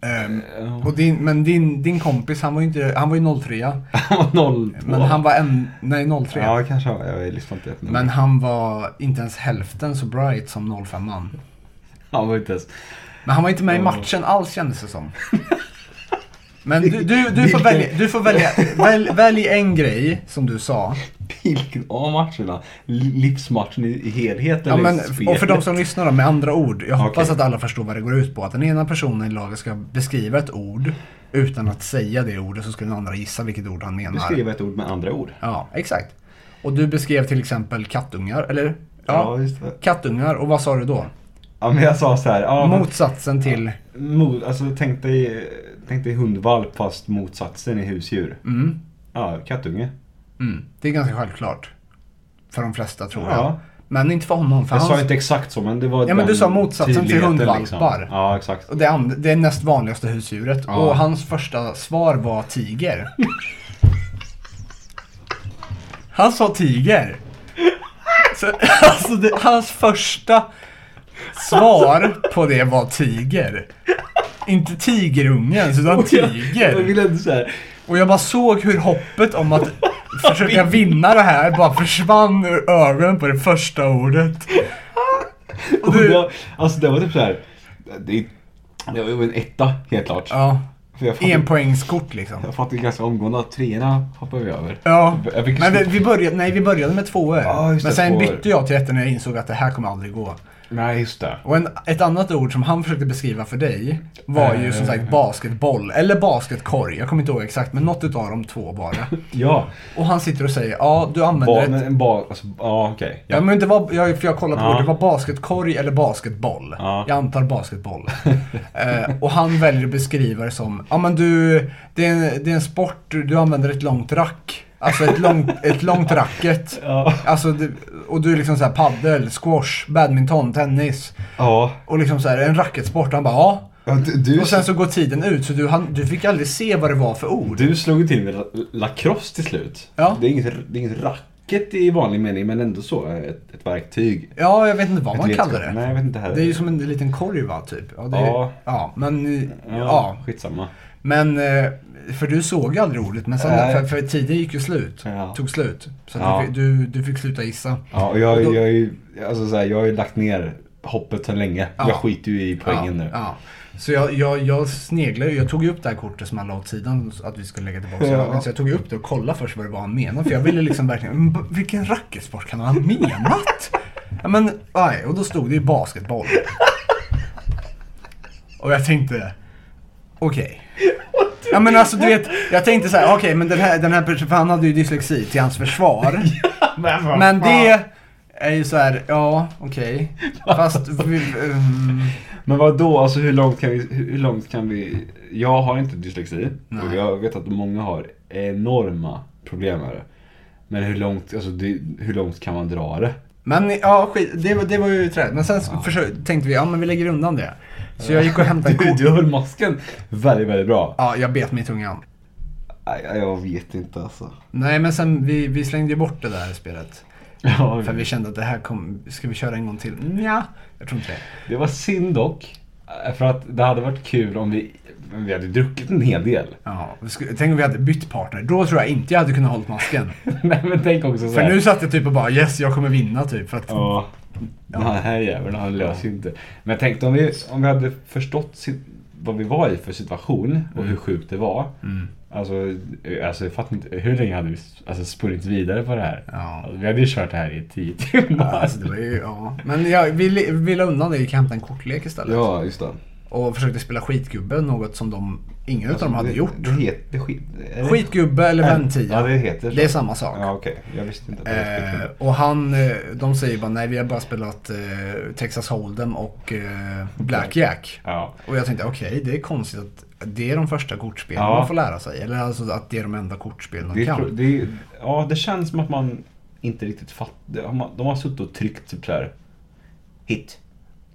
S1: Ehm, och din, men din, din kompis, han var ju inte, han var ju 03
S2: Han var 02.
S1: Men han var en, nej 03.
S2: Ja, kanske han var. Jag lyssnar inte jättenoga.
S1: Men han var inte ens hälften så bright som 05 an
S2: han var inte ens...
S1: Men han var inte med i matchen alls kändes det som. Men du, du, du får
S2: Vilken-
S1: välja, du får välja, välj, välj en grej som du sa.
S2: Vilken av matcherna? Livsmatchen i, i helhet
S1: Ja,
S2: eller
S1: men,
S2: spelet?
S1: och för de som lyssnar då, med andra ord. Jag hoppas
S2: Okej.
S1: att alla förstår vad det går ut på. Att den ena personen i laget ska beskriva ett ord utan att säga det ordet så ska den andra gissa vilket ord han menar.
S2: Beskriva ett ord med andra ord.
S1: Ja, exakt. Och du beskrev till exempel kattungar, eller?
S2: Ja, just det.
S1: Kattungar, och vad sa du då?
S2: Ja men jag sa så här. Ja,
S1: Motsatsen till...
S2: men, mot, alltså tänk dig Tänk dig hundvalp fast motsatsen i husdjur.
S1: Mm.
S2: Ja, kattunge.
S1: Mm. Det är ganska självklart. För de flesta tror jag.
S2: Ja.
S1: Men inte för honom. För
S2: Jag
S1: han...
S2: sa inte exakt så men det var
S1: Ja, men
S2: den
S1: du sa motsatsen till
S2: tydligheten,
S1: hundvalpar.
S2: Liksom. Ja exakt.
S1: Och det, and- det är näst vanligaste husdjuret.
S2: Ja.
S1: Och hans första svar var tiger. Han sa tiger. Så, alltså det, hans första svar på det var tiger. Inte tigerungen, utan
S2: Jag
S1: tiger.
S2: ville inte såhär.
S1: Och jag bara såg hur hoppet om att försöka vinna det här bara försvann ur ögonen på det första ordet.
S2: Och
S1: du-
S2: jag, alltså det var typ såhär. Det, det var ju en etta helt klart.
S1: Ja,
S2: För jag fattade,
S1: enpoängskort liksom.
S2: jag fattade ganska omgående att treorna hoppade vi över.
S1: Ja,
S2: Jag fick
S1: men vi, vi, började, nej, vi började med två år.
S2: Ja, just
S1: men
S2: det,
S1: sen
S2: tvåor.
S1: bytte jag till ettor när jag insåg att det här kommer aldrig gå.
S2: Nej just det.
S1: Och en, ett annat ord som han försökte beskriva för dig var ju som
S2: Eh.
S1: sagt basketboll, eller basketkorg. Jag kommer inte ihåg exakt, men något utav de två bara.
S2: Ja.
S1: Och han sitter och säger, ja du använder
S2: Ba,
S1: ett...
S2: men en ba, alltså, ja okej.
S1: Ja. men inte var, jag, för jag kollade på
S2: Ja.
S1: det, det var basketkorg eller basketboll.
S2: Ja.
S1: Jag antar basketboll. eh, och han väljer att beskriva det som, ja men du, det är, en, det är en sport, du du använder ett långt rack. Alltså ett långt, ett långt racket.
S2: Ja.
S1: Alltså, det, och du är liksom såhär paddel, squash, badminton, tennis.
S2: Ja.
S1: Och liksom såhär en racketsport. Han bara ja.
S2: ja du, du,
S1: Och sen så går tiden ut så du, han, du fick aldrig se vad det var för ord.
S2: du slog ju till med la- lacrosse till slut.
S1: Ja.
S2: Det, är inget, det är inget racket i vanlig mening men ändå så. Ett, ett verktyg.
S1: Ja, jag vet inte vad man
S2: Ett
S1: kallar
S2: redskap.
S1: det.
S2: Nej jag vet inte heller.
S1: Det är ju som en liten korg va, typ. Ja, det är,
S2: Ja.
S1: ja men
S2: Ja,
S1: ja.
S2: Skitsamma.
S1: Men, eh, för du såg ju aldrig ordet, men sen,
S2: Nej.
S1: för, för tiden gick ju slut.
S2: Ja.
S1: Tog slut. Så att
S2: Ja.
S1: du, fick- du, du fick sluta gissa.
S2: Ja, och jag,
S1: Och då-
S2: jag, är ju- alltså, så här, jag har ju lagt ner hoppet sedan länge.
S1: Ja.
S2: Jag skiter ju i poängen
S1: ja,
S2: nu.
S1: Ja. Så jag, jag, jag sneglade ju, jag tog ju upp det här kortet som han la åt sidan så att vi skulle lägga tillbaka i
S2: Ja.
S1: ögonen. Så jag tog ju upp det och kollade först vad det var han menade. För jag ville liksom verkligen, "Men b- vilken racketsport kan han ha menat? Ja, men, nej, och då stod det ju basketboll. Och jag tänkte, okej. Ja men alltså du vet, jag tänkte så här, okej men den här, den här personen, för han hade ju dyslexi till hans försvar. Men det är ju så här, ja okej. Fast, vi, ehm,
S2: Men vad då? Alltså hur långt kan vi... Hur långt kan vi jag har inte dyslexi. Och jag vet att många har enorma problem med det. Men hur långt, alltså, det, hur långt kan man dra det?
S1: Men ja, skit, det, var- det var ju träd. Men sen ja. tänkte vi, ja men vi lägger undan det. Så jag gick och hämtade en
S2: Du,
S1: kort.
S2: du höll masken väldigt, väldigt bra.
S1: Ja, jag bet mig i tungan.
S2: Nej, jag vet inte alltså.
S1: Nej, men sen vi, vi slängde ju bort det där spelet.
S2: Ja,
S1: För vi kände att det här kom, ska vi köra en gång till? Ja, jag tror inte det.
S2: Det var synd dock. eh, För att det hade varit kul om vi, om vi hade druckit en hel del.
S1: Ja, vi skulle, tänk om vi hade bytt partner. Då tror jag inte jag hade kunnat hålla masken.
S2: Nej men tänk också
S1: För
S2: såhär.
S1: nu satt jag typ och bara yes, jag kommer vinna typ. För att,
S2: Ja. Den här jäveln han löser ju inte. Men jag tänkte om vi, om vi hade förstått sit, vad vi var i för situation och
S1: Mm.
S2: hur sjukt det var. Alltså, alltså jag fattar inte, hur länge hade vi alltså, spunnit vidare på det här?
S1: Ja.
S2: Alltså, vi hade ju kört det här i tio timmar.
S1: ja, alltså, det var ju, ja. Men jag ville vi la undan det och gick och hämtade en kortlek istället.
S2: Ja, just det.
S1: Och försökte spela skitgubbe, något som de, ingen utav dem hade gjort.
S2: Alltså, Det, heter, det, skit- är det,
S1: Skitgubbe eller väntia.
S2: Ja, det heter så.
S1: Det är samma sak.
S2: Ja, okej. Jag visste inte. att det var
S1: Eh,
S2: skitgubbe.
S1: och han, eh, de säger bara nej vi har bara spelat eh, Texas Hold'em och eh, Blackjack.
S2: Ja.
S1: Och jag tänkte okej det är konstigt att det är de första kortspelen
S2: Ja.
S1: man får lära sig. Eller alltså att det är de enda kortspelen
S2: Det,
S1: man
S2: är
S1: kan.
S2: tro- det, är- ja, det känns som att man inte riktigt fattar. De har suttit och tryckt typ såhär. Hit.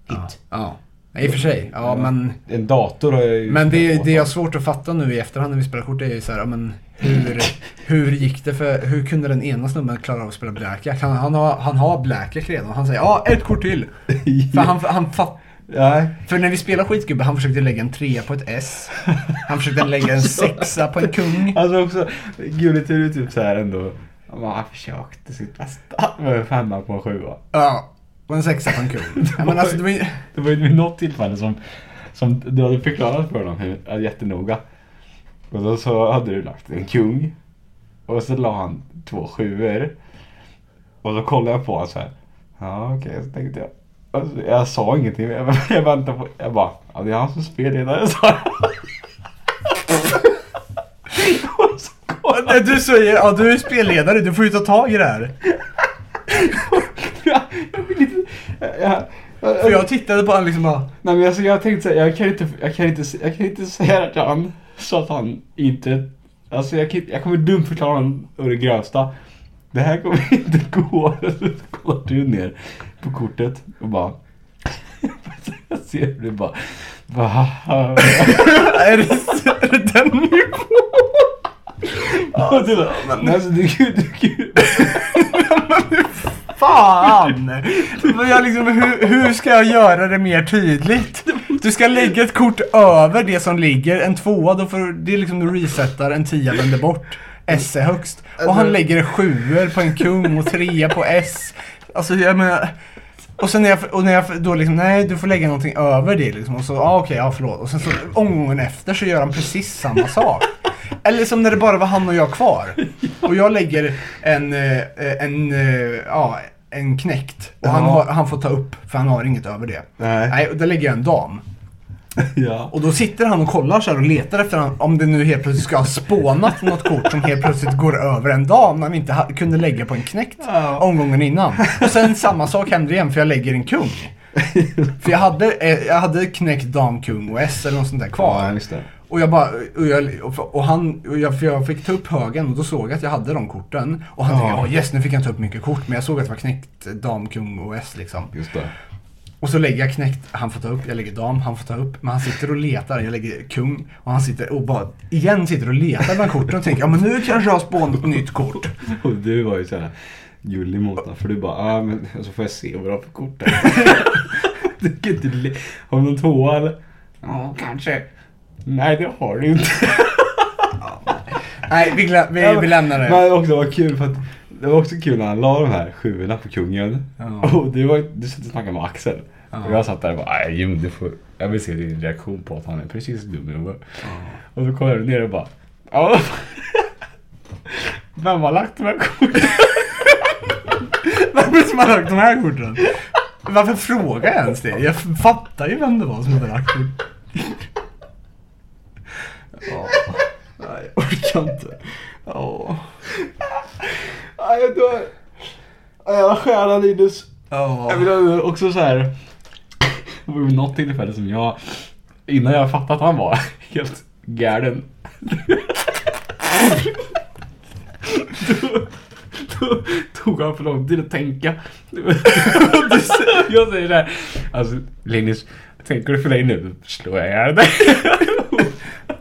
S2: Hit.
S1: Ja. I och för sig. Ja, men,
S2: En dator har jag ju...
S1: men det,
S2: spelat
S1: det jag har
S2: på.
S1: svårt att fatta nu i efterhand när vi spelar kort det är ju såhär, ja, men hur, hur gick det för, hur kunde den ena snubben klara av att spela Blackjack? Han, han, har, han har Blackjack redan och han säger ja ett kort till. För han, han fattar
S2: Nej.
S1: För när vi spelar skitgubbe, han försökte lägga en trea på ett S. Han försökte lägga en sexa på en kung.
S2: Alltså också, gulligt hur du typ såhär ändå. Han bara, "Jag försökte sitt bästa. Med en femma på en sjua.
S1: Ja, och en sexa på en kung. Ja, men alltså, det var ju...
S2: Det var ju vid något tillfälle som, som du hade förklarat för dem hur, ja, jättenoga. Och då så hade du lagt en kung. Och så la han två sjuor. Och då kollade jag på honom så här. Ja okej, så tänkte jag. Alltså, jag sa ingenting, men jag, bara- jag väntade på, jag bara, ja, det är han som spelledare sa jag. Och så kollade
S1: Nej, Du säger, ja du är spelledare, du får ju ta tag i det här.
S2: jag. Jag vill inte... Jag, jag,
S1: För jag tittade på honom liksom bara,
S2: nej men alltså, jag tänkte så här, jag kan inte, jag kan inte, jag kan inte säga att han Så att han inte... Alltså jag, kan- jag kommer dumförklara honom å det grövsta. Det här kommer inte gå. Så kollar du ner på kortet och bara... Jag ser hur du bara... bara
S1: är, det, är det den nivån?
S2: och du bara, "Nej, alltså, du, du, du,
S1: Fan! Men jag liksom, hur, hur ska jag göra det mer tydligt? Du ska lägga ett kort över det som ligger. En tvåa, då får du, det är liksom du resetar. En tia vänder bort. S är högst. Och han lägger en sjuor på en kung och trea på S. Alltså jag menar... Och sen när jag, och när jag då liksom, nej du får lägga någonting över det liksom. Och så, ah, okej, ja förlåt. Och sen så omgången efter så gör han precis samma sak. Eller som när det bara var han och jag kvar. Och jag lägger en, eh, en, eh, ja, en knäckt. Och han,
S2: Ja.
S1: har, han får ta upp för han har inget över det.
S2: Nej.
S1: Nej, och då lägger jag en dam.
S2: Ja.
S1: Och då sitter han och kollar så här och letar efter han, om det nu helt plötsligt ska ha spånat något kort som helt plötsligt går över en dam när han inte ha, kunde lägga på en knäckt
S2: Ja.
S1: omgången innan. Och sen samma sak händer igen för jag lägger en kung. För jag hade, eh, jag hade knäckt dam, kung och S eller något sånt där kvar.
S2: just det.
S1: Och jag bara, och jag, och han, och jag, för jag fick ta upp högen och då såg jag att jag hade de korten. Och han tänkte, ja yes nu fick han ta upp mycket kort. Men jag såg att det var knäckt dam, kung och S liksom.
S2: Just det.
S1: Och så lägger jag knäckt, han får ta upp, jag lägger dam, han får ta upp. Men han sitter och letar, jag lägger kung. Och han sitter och bara, igen sitter och letar bland korten och tänker, ja men nu kanske jag har spånat ett nytt kort.
S2: Och du var ju såhär gullig mot honom för du bara, ah, men så får jag se vad du har för kort där. du kan inte le- Har du någon tvåa eller? Ja, kanske. Nej, det har du inte.
S1: Nej, vi, glä, vi, vi lämnar
S2: Men
S1: det.
S2: det var också var kul för att det var också kul när han la de här sjuorna på kungen.
S1: Ja.
S2: Och du, var, du satt och snackade med Axel. Och jag satt där och bara, nej Jim, du får, jag vill se din reaktion på att han är precis dum i huvudet. Och så kollade du ner och bara, ja. Vem har lagt de här korten?
S1: Varför som har lagt de här korten? Varför frågar jag ens det? Jag fattar ju vem det var som hade lagt korten.
S2: Nej, jag orkar inte. Ja. Nej, jag dör. Nej, Jag stjärna Linus.
S1: Ja.
S2: Jag vill ha också så här. Det var ju något tillfälle som jag, innan jag fattat att han var helt galen. Då- då Tog han för lång tid att tänka. Du säger- Jag säger såhär. Alltså Linus, tänker du följa in nu slår jag ihjäl dig.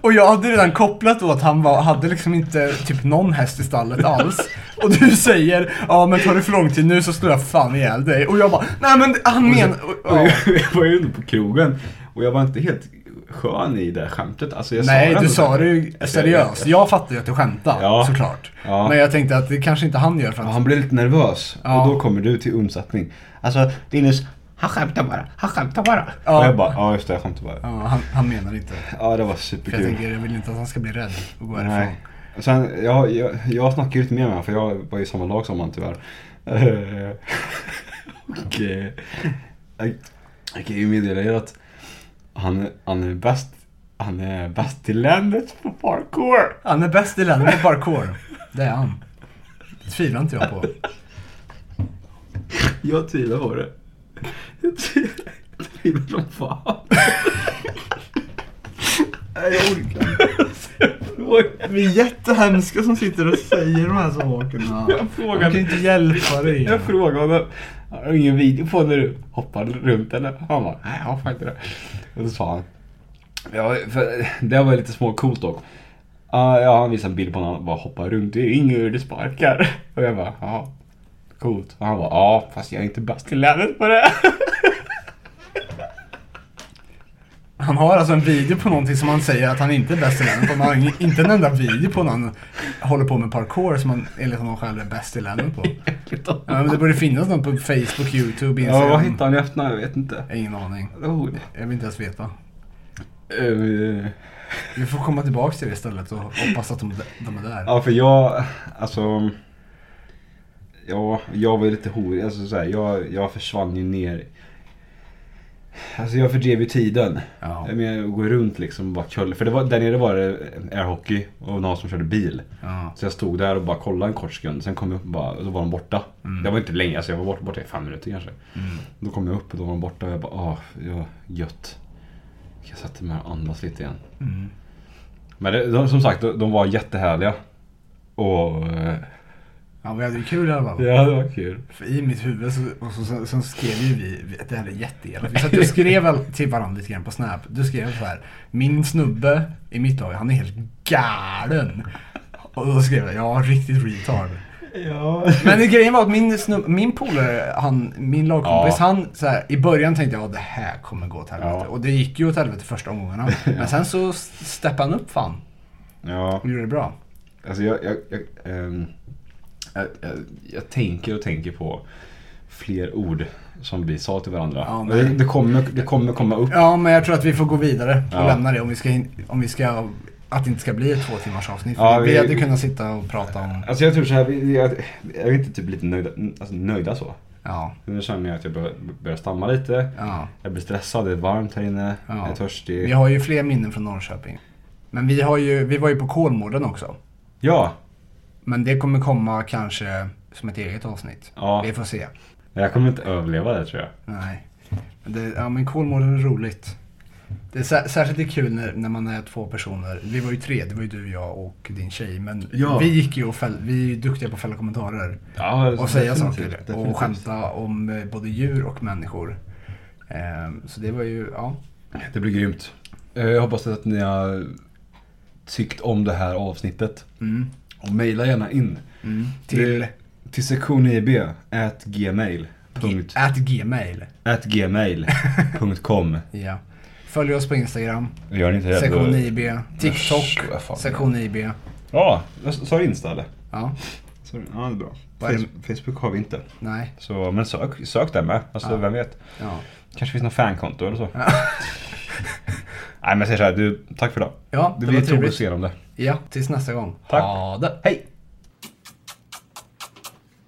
S1: Och jag hade redan kopplat då att han var, hade liksom inte typ någon häst i stallet alls. Och du säger ja men tar det för lång tid nu så slår jag fan ihjäl dig. Och jag bara nej men han menar...
S2: Och
S1: Ja.
S2: jag, jag var ju ändå på krogen och jag var inte helt skön i det här skämtet. Alltså jag
S1: Nej, du
S2: ändå
S1: sa
S2: så
S1: det
S2: här.
S1: ju
S2: Jag säger
S1: seriöst.
S2: det.
S1: Jag fattar ju att du skämtar
S2: Ja.
S1: såklart.
S2: Ja.
S1: Men jag tänkte att det kanske inte han gör för
S2: Ja,
S1: att...
S2: Han blev lite nervös
S1: Ja.
S2: och då kommer du till undsättning. Alltså Linus, han skämtar bara. Han skämtar bara.
S1: Ja.
S2: Och jag bara, ja just det, jag skämtar bara.
S1: Ja, han, han menar inte.
S2: Ja, det
S1: För
S2: var
S1: jag
S2: superkul.
S1: tänker, jag vill inte att han ska bli rädd och gå härifrån.
S2: Nej. Sen, jag, jag, jag snackade ju lite mer med honom för jag var i samma lag som han tyvärr. Eh, Och eh, jag, jag kan ju meddela er att han, han är bäst han är bäst i landet på parkour.
S1: Han är bäst i landet med parkour. Det är han. Det tvivlar inte jag på.
S2: Jag tvivlar på det. Jag tvivlar- jag tvivlar som fan. Nej, jag orkar inte.
S1: Vi är jättehemska som sitter och säger de här sakerna.
S2: Jag
S1: Man
S2: frågade.
S1: kan ju inte hjälpa dig.
S2: Jag frågade honom, har du ingen video på när du hoppar runt eller? Han bara, nej jag har fan inte det. Och så sa han, ja, för det var lite småcoolt dock. Ah, ja, han visade en bild på när han bara hoppar runt, det är ingen hur du sparkar. Och jag bara, ja, coolt. Och han bara, ja fast jag är inte bäst i länet på det.
S1: Han har alltså en video på någonting som han säger att han inte är bäst i landet på. Man har ingen- inte en enda video på när han håller på med parkour som han enligt honom själv är bäst i landet på. Ja, men det borde finnas någon på Facebook, YouTube, Instagram.
S2: Ja, vad hittade han i efternamn? Jag vet inte.
S1: Jag har Ingen aning.
S2: Oh.
S1: Jag vill inte ens veta.
S2: Eh,
S1: Vi får komma tillbaka till det istället och hoppas att de, de är där.
S2: Ja, för jag, alltså. Ja, jag var ju lite horig. Alltså, så här, jag, jag försvann ju ner. Alltså jag fördrev ju tiden.
S1: Ja.
S2: Jag menar, att gå runt liksom och bara köll. För det var, där nere var det airhockey och någon som körde bil.
S1: Ja.
S2: Så jag stod där och bara kollade en kort sekund. Sen kom jag upp och, bara, och då var de borta. Det var inte länge, alltså jag var borta, borta i fem minuter kanske.
S1: Mm.
S2: Då kom jag upp och då var de borta och jag
S1: Mm.
S2: bara, ah, ja, gött. Jag sätter mig här och andas lite igen. Men det, de, som sagt, de, de var jättehärliga. Och... eh,
S1: Ja, vi hade ju kul i alla fall.
S2: Ja, det var kul.
S1: För I mitt huvud så, och så, så, så skrev ju vi, vi- det här är jätteelakt. Vi satt och skrev all- till varandra lite grann på Snap. Du skrev så här. Min snubbe i mitt lag, han är helt galen. Och då skrev jag, ja riktigt retard.
S5: Ja.
S1: Men grejen var att min, snubbe, min polare, han, min lagkompis,
S2: Ja.
S1: han så här, i början tänkte jag att det här kommer gå åt helvete.
S2: Ja.
S1: Och det gick ju åt helvete första omgångarna. Men sen så s- steppade han upp fan
S2: Ja.
S1: och gjorde det bra.
S2: Alltså jag, jag, jag, ehm, jag, jag, jag tänker och tänker på fler ord som vi sa till varandra.
S1: Ja, men-
S2: det, det, kommer, det kommer komma upp.
S1: Ja, men jag tror att vi får gå vidare och
S2: Ja.
S1: lämna det om vi ska, hin- om vi ska att det inte ska bli ett två timmars avsnitt. För
S2: Ja,
S1: vi,
S2: vi-
S1: hade kunnat sitta och prata om...
S2: Alltså jag tror så här, vi- jag, jag är inte typ lite nöjda, alltså nöjda så.
S1: Ja,
S2: Nu känner jag att jag bör- börjar stamma lite.
S1: ja.
S2: Jag blir stressad, det är varmt här inne,
S1: Ja.
S2: jag är
S1: Vi
S2: törstig.
S1: har ju fler minnen från Norrköping. Men vi, har ju, vi var ju på Kolmården också.
S2: Ja,
S1: Men det kommer komma kanske som ett eget avsnitt.
S2: Ja.
S1: Vi får se.
S2: jag kommer inte överleva det tror jag.
S1: Nej. Men det, ja, men Kolmården är roligt. Det är sär, särskilt det är kul när, när man är två personer. Vi var ju tre, det var ju du, jag och din tjej. Men
S2: Ja.
S1: vi gick ju och fäll, vi är ju duktiga på att fälla kommentarer.
S2: Ja,
S1: och säga
S2: definitivt,
S1: saker
S2: definitivt.
S1: och skämta om eh, både djur och människor. Ehm, Så det var ju, ja.
S2: Det blir grymt. Eh, Jag hoppas att ni har tyckt om det här avsnittet.
S1: Mm.
S2: Och mejla gärna in.
S1: Mm. Till
S2: Till sektion IB, at gmail. Punkt,
S1: at gmail.
S2: at gmail. punkt com.
S1: Ja. Följ oss på Instagram,
S2: Gör ni inte det?
S1: sektion E
S2: då-
S1: IB, TikTok,
S2: Usch, vad fan.
S1: sektion IB.
S2: Ja, jag sa du Insta eller?
S1: Ja,
S2: Sa du- Ja, det är bra.
S1: Vad är det-
S2: Face- Facebook har vi inte.
S1: nej.
S2: Så, men sök, sök där med. Alltså,
S1: Ja.
S2: vem vet?
S1: Ja.
S2: Kanske finns något fankonto eller så. Nej, men jag säger så här. Du, tack för idag.
S1: Ja,
S2: Det
S1: det var
S2: blir tog
S1: trevligt.
S2: oss igenom det.
S1: Ja, tills nästa gång.
S2: Tack.
S1: Ha det. Hej!